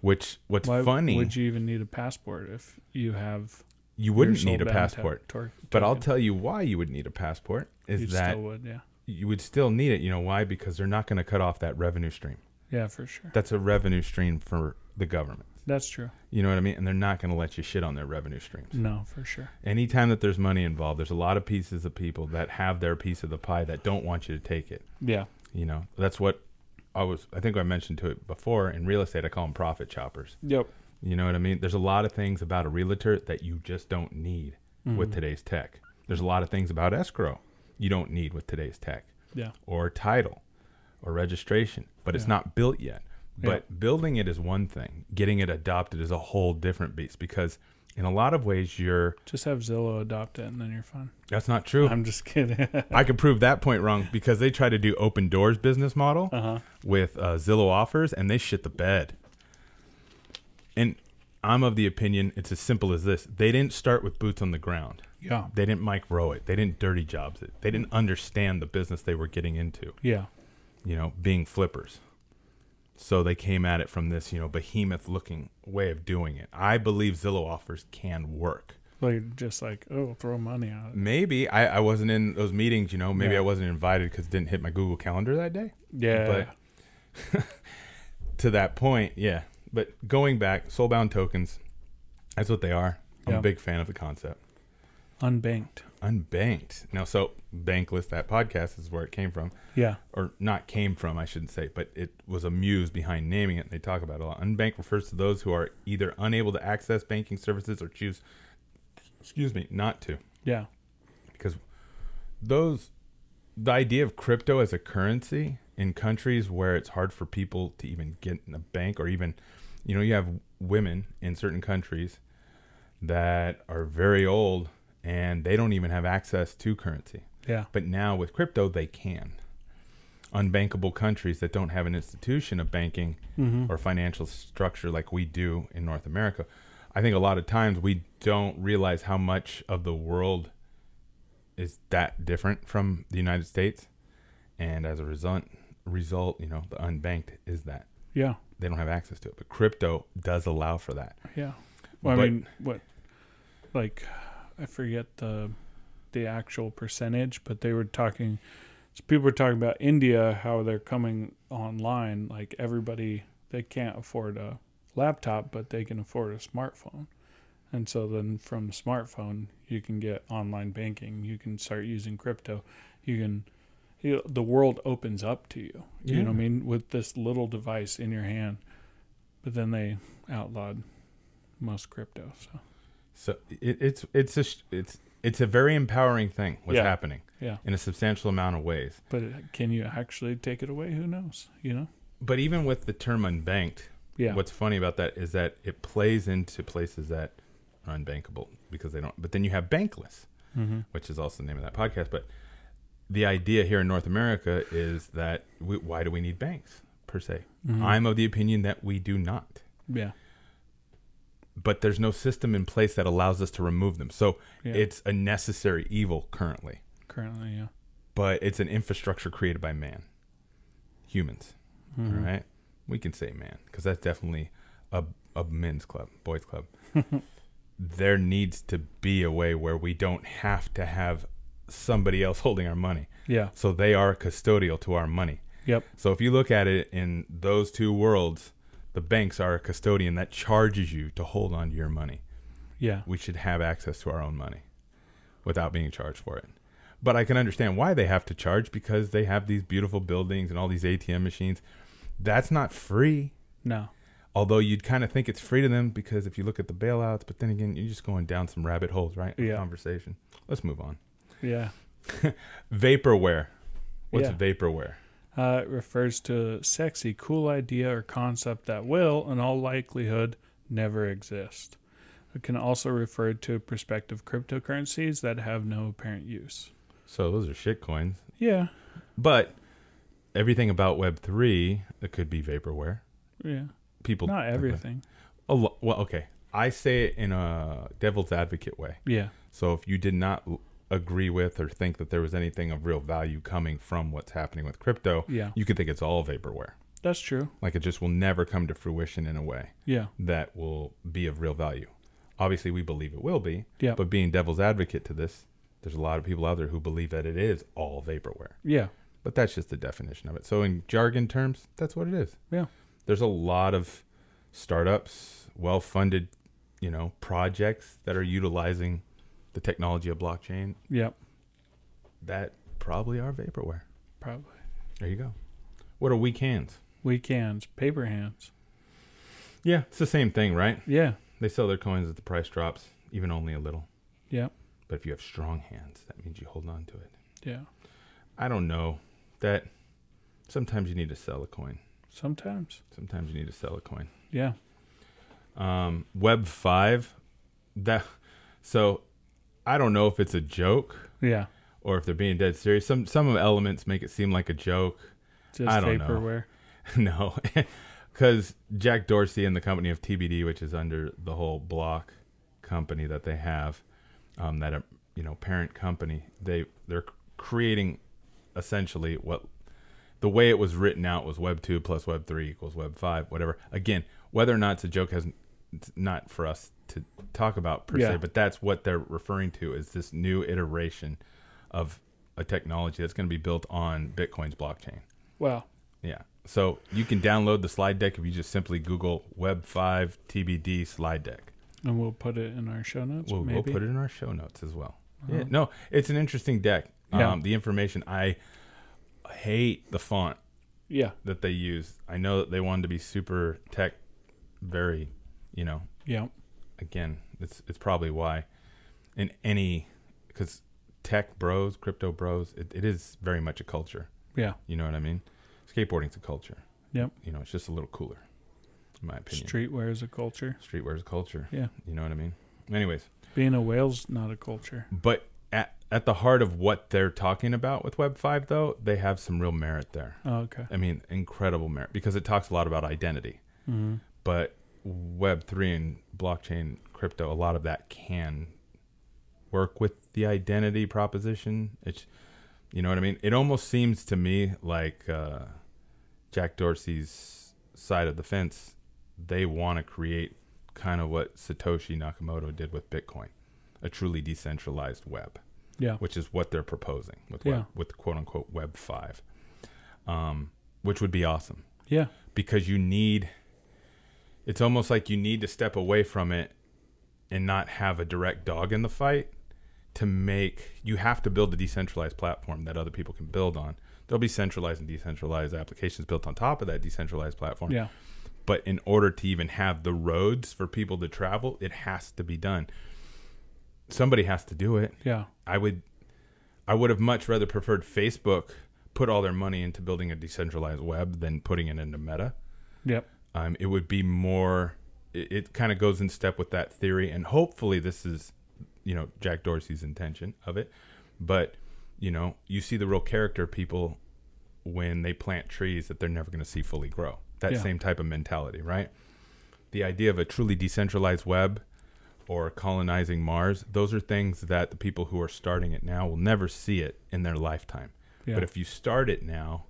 Which what's
Why
funny,
would you even need a passport if you have
you
your
wouldn't need a
Soulbound
passport.
to- tor-
But I'll
token?
tell you why you would need a passport is
you
that
still would, yeah.
you would still need it. You know why? Because they're not going to cut off that revenue stream.
Yeah, for sure.
That's a revenue stream for the government.
That's true.
You know what I mean? And they're not going to let you shit on their revenue streams.
No, for sure.
Anytime that there's money involved, there's a lot of pieces of people that have their piece of the pie that don't want you to take it.
Yeah.
You know, that's what I was, I think I mentioned to it before in real estate, I call them profit choppers.
Yep.
You know what I mean? There's a lot of things about a realtor that you just don't need with today's tech. There's a lot of things about escrow you don't need with today's tech
Yeah.
or title or registration, but it's
Yeah.
not built yet. But building it is one thing, getting it adopted is a whole different beast because in a lot of ways you're
Just have Zillow adopt it and then you're fine.
that's not true.
I'm just kidding.
I could prove that point wrong because they try to do open doors business model
Uh-huh.
with uh, Zillow offers and they shit the bed. And I'm of the opinion it's as simple as this. They didn't start with boots on the ground.
yeah.
They didn't Mike Rowe it. They didn't dirty jobs it. They didn't understand the business they were getting into.
Yeah.
you know, being flippers. So they came at it from this, you know, behemoth looking way of doing it. I believe Zillow offers can work.
Well, you're just like, oh, throw money on it.
Maybe I, I wasn't in those meetings, you know, maybe
Yeah.
I wasn't invited because it didn't hit my Google Calendar that day.
Yeah.
But to that point, yeah. But going back, soulbound tokens, that's what they are. I'm
Yeah.
a big fan of the concept.
Unbanked.
Unbanked. Now, so Bankless, that podcast is where it came from.
Yeah.
or not came from, I shouldn't say, but it was a muse behind naming it. And they talk about it a lot. Unbanked refers to those who are either unable to access banking services or choose, excuse me, not to.
Yeah.
Because those, the idea of crypto as a currency in countries where it's hard for people to even get in a bank or even, you know, you have women in certain countries that are very old and they don't even have access to currency.
Yeah.
But now with crypto, they can. Unbankable countries that don't have an institution of banking
Mm-hmm.
or financial structure like we do in North America. I think a lot of times we don't realize how much of the world is that different from the United States. And as a result, result, you know, the unbanked is that
Yeah.
they don't have access to it. But crypto does allow for that.
Yeah. Well, I
But-
mean, what? Like, I forget the the actual percentage, but they were talking. So people were talking about India, how they're coming online. Like everybody, they can't afford a laptop, but they can afford a smartphone. And so then from the smartphone, you can get online banking. You can start using crypto. You can, you know, the world opens up to you. You know what I mean? With this little device in your hand. But then they outlawed most crypto. So
So it, it's it's just it's it's a very empowering thing what's
Yeah.
happening
yeah.
in a substantial amount of ways.
But can you actually take it away? Who knows? You know?
But even with the term unbanked,
Yeah.
what's funny about that is that it plays into places that are unbankable because they don't. But then you have bankless,
hmm
which is also the name of that podcast. But the idea here in North America is that we, why do we need banks per se? I'm of the opinion that we do not.
Mm-hmm. Yeah.
But there's no system in place that allows us to remove them. So
Yeah.
it's a necessary evil currently.
Currently, yeah.
but it's an infrastructure created by man, humans. all
Mhm.
right, we can say man because that's definitely a a men's club, boys club. there needs to be a way where we don't have to have somebody else holding our money,
Yeah.
so they are custodial to our money.
Yep.
So if you look at it in those two worlds, the banks are a custodian that charges you to hold on to your money
Yeah.
we should have access to our own money without being charged for it. But I can understand why they have to charge because they have these beautiful buildings and all these ATM machines. That's not free.
No.
Although you'd kind of think it's free to them because if you look at the bailouts, but then again, you're just going down some rabbit holes, right? in
Yeah.
Conversation. Let's move on.
Yeah.
Vaporware. What's
Yeah.
vaporware?
Uh, it refers to sexy, cool idea or concept that will, in all likelihood, never exist. It can also refer to prospective cryptocurrencies that have no apparent use.
So those are shit coins.
Yeah.
But everything about Web three, it could be vaporware.
Yeah.
People
Not everything.
A lo- Oh, well, okay. I say it in a devil's advocate way.
Yeah.
So if you did not l- agree with or think that there was anything of real value coming from what's happening with crypto,
Yeah.
you could think it's all vaporware.
That's true.
Like it just will never come to fruition in a way
Yeah.
that will be of real value. Obviously, we believe it will be,
Yeah.
but being devil's advocate to this, there's a lot of people out there who believe that it is all vaporware.
Yeah.
But that's just the definition of it. So in jargon terms, that's what it is.
Yeah.
There's a lot of startups, well-funded, you know, projects that are utilizing the technology of blockchain
Yep.
that probably are vaporware.
Probably.
There you go. What are weak hands?
Weak hands, paper hands.
Yeah, it's the same thing, right?
Yeah.
They sell their coins at the price drops, even only a little.
Yep.
But if you have strong hands, that means you hold on to it.
Yeah.
I don't know that sometimes you need to sell a coin.
Sometimes.
Sometimes you need to sell a coin.
Yeah.
um, Web Five. That so, I don't know if it's a joke
Yeah.
or if they're being dead serious. Some some of the elements make it seem like a joke.
Just
I don't know.
vaporware.
no, because Jack Dorsey and the company of TBD, which is under the whole Block company that they have, um, that uh, you know parent company, they they're creating essentially what the way it was written out was Web two plus Web three equals Web five, whatever. Again, whether or not it's a joke has it's not for us to talk about per
Yeah.
se, but that's what they're referring to is this new iteration of a technology that's going to be built on Bitcoin's blockchain.
Wow.
Yeah. So you can download the slide deck if you just simply Google Web Five TBD slide deck.
And we'll put it in our show notes.
We'll,
maybe.
we'll put it in our show notes as well.
Uh-huh.
Yeah. No, it's an interesting deck.
Yeah.
Um, the information I hate the font
Yeah.
that they use. I know that they wanted to be super tech, very, you know.
Yeah.
Again, it's it's probably why in any because tech bros, crypto bros, it, it is very much a culture.
Yeah.
You know what I mean? Skateboarding's a culture.
Yep.
You know, it's just a little cooler, in my opinion.
Streetwear is a culture.
Streetwear's a culture.
Yeah.
You know what I mean? Anyways,
Being a whale's not a culture.
but at, at the heart of what they're talking about with Web5, though, they have some real merit there.
Oh, okay.
I mean, incredible merit because it talks a lot about identity.
hmm
But Web3 and blockchain, crypto, a lot of that can work with the identity proposition. It's, you know what I mean? It almost seems to me like uh, Jack Dorsey's side of the fence. They want to create kind of what Satoshi Nakamoto did with Bitcoin, a truly decentralized web.
Yeah.
which is what they're proposing with
Yeah.
web, with quote unquote Web five, um, which would be awesome
Yeah.
because you need. It's almost like you need to step away from it, and not have a direct dog in the fight. To make you have to build a decentralized platform that other people can build on. There'll be centralized and decentralized applications built on top of that decentralized platform
Yeah.
but in order to even have the roads for people to travel it has to be done somebody has to do it
Yeah.
i would i would have much rather preferred facebook put all their money into building a decentralized web than putting it into meta
Yep.
um, it would be more it, it kind of goes in step with that theory and hopefully this is you know jack dorsey's intention of it but you know you see the real character of people when they plant trees that they're never going to see fully grow that
Yeah.
same type of mentality right the idea of a truly decentralized web or colonizing mars those are things that the people who are starting it now will never see it in their lifetime
Yeah.
but if you start it now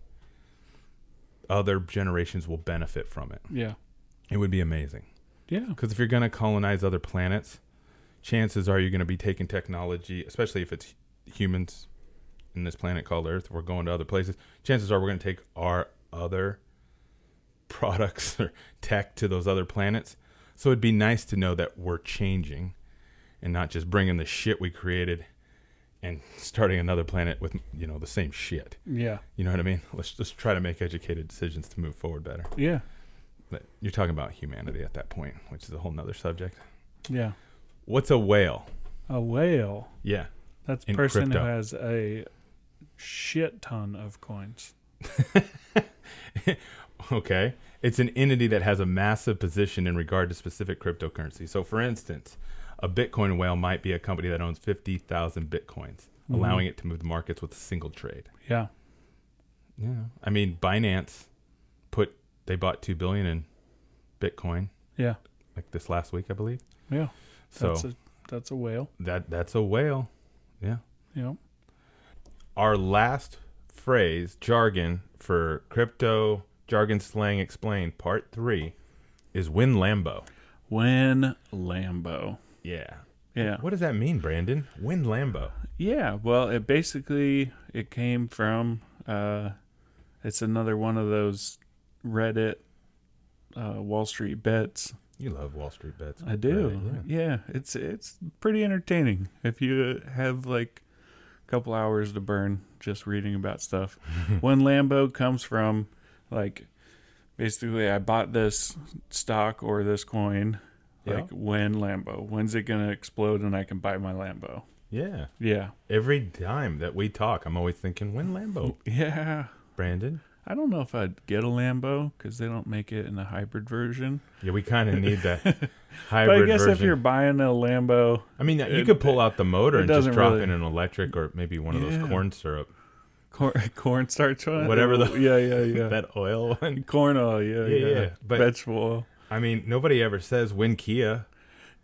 other generations will benefit from it
Yeah.
it would be amazing.
Yeah.
Because if you're going to colonize other planets, chances are you're going to be taking technology, especially if it's humans in this planet called Earth, we're going to other places. Chances are we're going to take our other products or tech to those other planets. So it'd be nice to know that we're changing and not just bringing the shit we created and starting another planet with, you know, the same shit.
Yeah.
You know what I mean? Let's just try to make educated decisions to move forward better.
Yeah.
But you're talking about humanity at that point, which is a whole nother subject.
Yeah.
What's a whale?
A whale.
Yeah.
That's a
In
person
crypto.
who has a shit ton of coins.
Okay. It's an entity that has a massive position in regard to specific cryptocurrency. So, for instance, a Bitcoin whale might be a company that owns 50,000 Bitcoins,
Mm-hmm.
allowing it to move the markets with a single trade.
Yeah.
Yeah. I mean, Binance put, they bought 2 billion in Bitcoin
Yeah.
like this last week, I believe.
Yeah.
So,
That's a that's a whale.
that that's a whale. Yeah.
Yeah.
our last phrase jargon for crypto jargon slang explained part three is win lambo
When Lambo.
yeah
Yeah.
what does that mean brandon win lambo
Yeah, well, it basically it came from uh it's another one of those Reddit uh Wall Street bets.
you love wall street bets
I do.
right?
yeah. it's it's pretty entertaining if you uh, have like a couple hours to burn just reading about stuff. when Lambo comes from like basically I bought this stock or this coin
Yeah.
like when Lambo, when's it going to explode and I can buy my Lambo?
yeah.
Yeah.
every time that we talk i'm always thinking win lambo
Yeah.
brandon
I don't know if I'd get a Lambo because they don't make it in a hybrid version.
yeah we kind of need that
But
hybrid
I guess
version
if you're buying a Lambo,
i mean you
it-
could pull out the motor
it
and just
doesn't
drop
really-
in an electric or maybe one of
Yeah.
those corn syrup
corn, corn starch on it,
Whatever the-
yeah, yeah, yeah,
that oil one
corn oil, yeah,
Yeah,
yeah,
yeah, but-
vegetable oil.
i mean nobody ever says win kia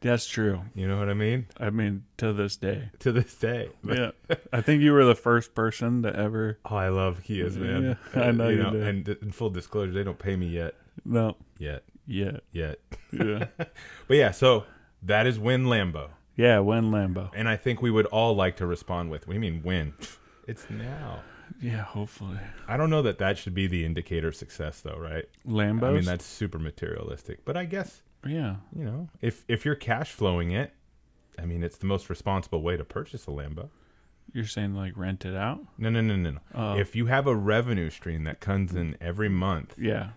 That's true.
you know what i mean
I mean, to this day,
to this day
yeah. I think you were the first person to ever.
Oh, I love Kias, man. Uh,
Yeah, I know you do.
And th- in full disclosure, they don't pay me yet,
No,
yet,
yeah,
yet.
yeah,
But yeah, so that is Win Lambo,
yeah. When Lambo,
and I think we would all like to respond with, "What do you mean win? It's now."
yeah, hopefully
I don't know that that should be the indicator of success, though, right?
Lambos.
I mean, that's super materialistic, but I guess
yeah,
you know, if if you're cash flowing it, I mean, it's the most responsible way to purchase a Lambo.
you're saying like rent it out.
No, no, no, no, no.
Oh.
if you have a revenue stream that comes in every month
Yeah,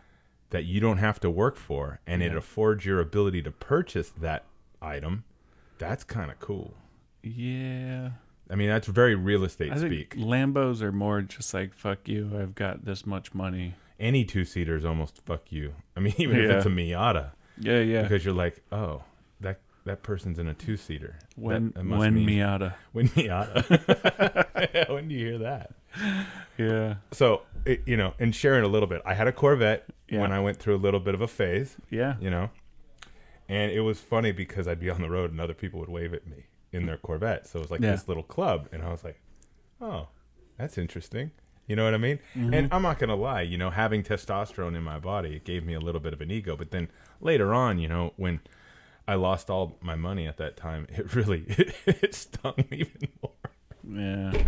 that you don't have to work for and it
Yeah.
affords your ability to purchase that item, that's kind of cool.
yeah.
I mean, that's very real estate
I think
speak.
Lambos are more just like fuck you. I've got this much money.
Any two seater is almost fuck you. I mean, even if
Yeah.
it's a Miata,
Yeah, yeah.
because you're like, oh, that that person's in a two seater.
when
that, that must
when
mean-
Miata.
when Miata. when do you hear that?
Yeah,
So it, you know, and sharing a little bit. I had a Corvette
Yeah.
when I went through a little bit of a phase.
yeah,
you know. And it was funny because I'd be on the road and other people would wave at me in their Corvette. So it was like
Yeah.
this little club, and I was like, "Oh, that's interesting." You know what I mean? And I'm not gonna lie, you know, having testosterone in my body, it gave me a little bit of an ego. But then later on, you know, when I lost all my money at that time, it really it, stung even more.
Yeah.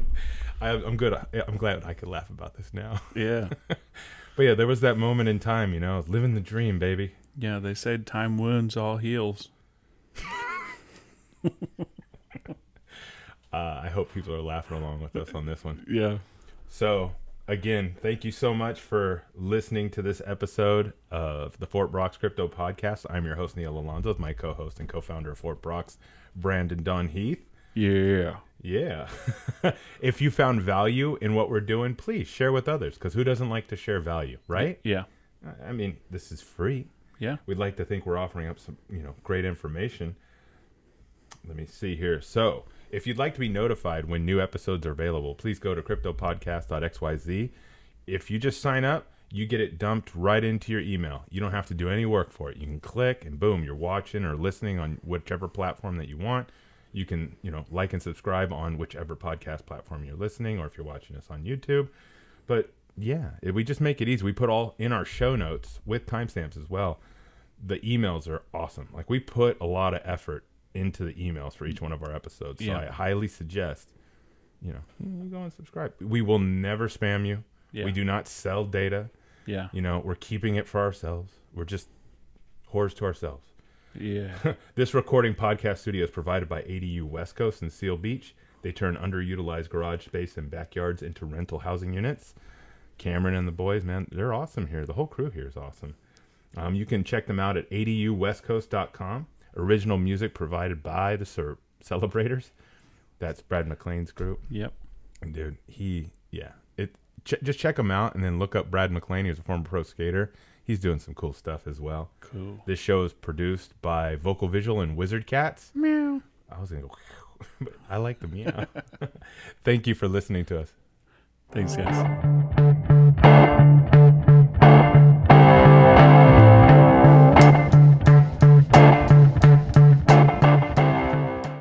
I, I'm good. I'm glad I could laugh about this now.
Yeah.
But yeah, there was that moment in time, you know, living the dream, baby.
Yeah, they said time wounds all heals.
Uh, I hope people are laughing along with us on this one.
Yeah.
So, again, thank you so much for listening to this episode of the Fort Brock's Crypto Podcast. I'm your host, Neil Alonzo, with my co host and co founder of Fort Brock's, Brandon Don Heath.
Yeah.
Yeah. if you found value in what we're doing, please share with others because who doesn't like to share value, right?
Yeah.
I- I mean, this is free.
Yeah.
We'd like to think we're offering up some, you know, great information. Let me see here. So, if you'd like to be notified when new episodes are available, please go to cryptopodcast.xyz. If you just sign up, you get it dumped right into your email. You don't have to do any work for it. You can click and boom, you're watching or listening on whichever platform that you want. You can, you know, like and subscribe on whichever podcast platform you're listening or if you're watching us on YouTube. But yeah, it, we just make it easy. We put all in our show notes with timestamps as well the emails are awesome. Like we put a lot of effort into the emails for each one of our episodes. So
Yeah.
I highly suggest, you know, you go and subscribe. We will never spam you.
Yeah.
We do not sell data.
Yeah.
You know, we're keeping it for ourselves. We're just whores to ourselves.
Yeah.
This recording podcast studio is provided by ADU West Coast in Seal Beach. They turn underutilized garage space and backyards into rental housing units. Cameron and the boys, man, they're awesome here. The whole crew here is awesome. Um, you can check them out at aduwestcoast.com. Original music provided by the Cer- Celebrators. That's Brad McLean's group.
yep.
Dude, he, yeah. it. Ch- just check him out and then look up Brad McLean. He was a former pro skater. He's doing some cool stuff as well.
Cool.
This show is produced by Vocal Visual and Wizard Cats.
Meow.
I was gonna go, but I like the meow. Thank you for listening to us.
Thanks, guys.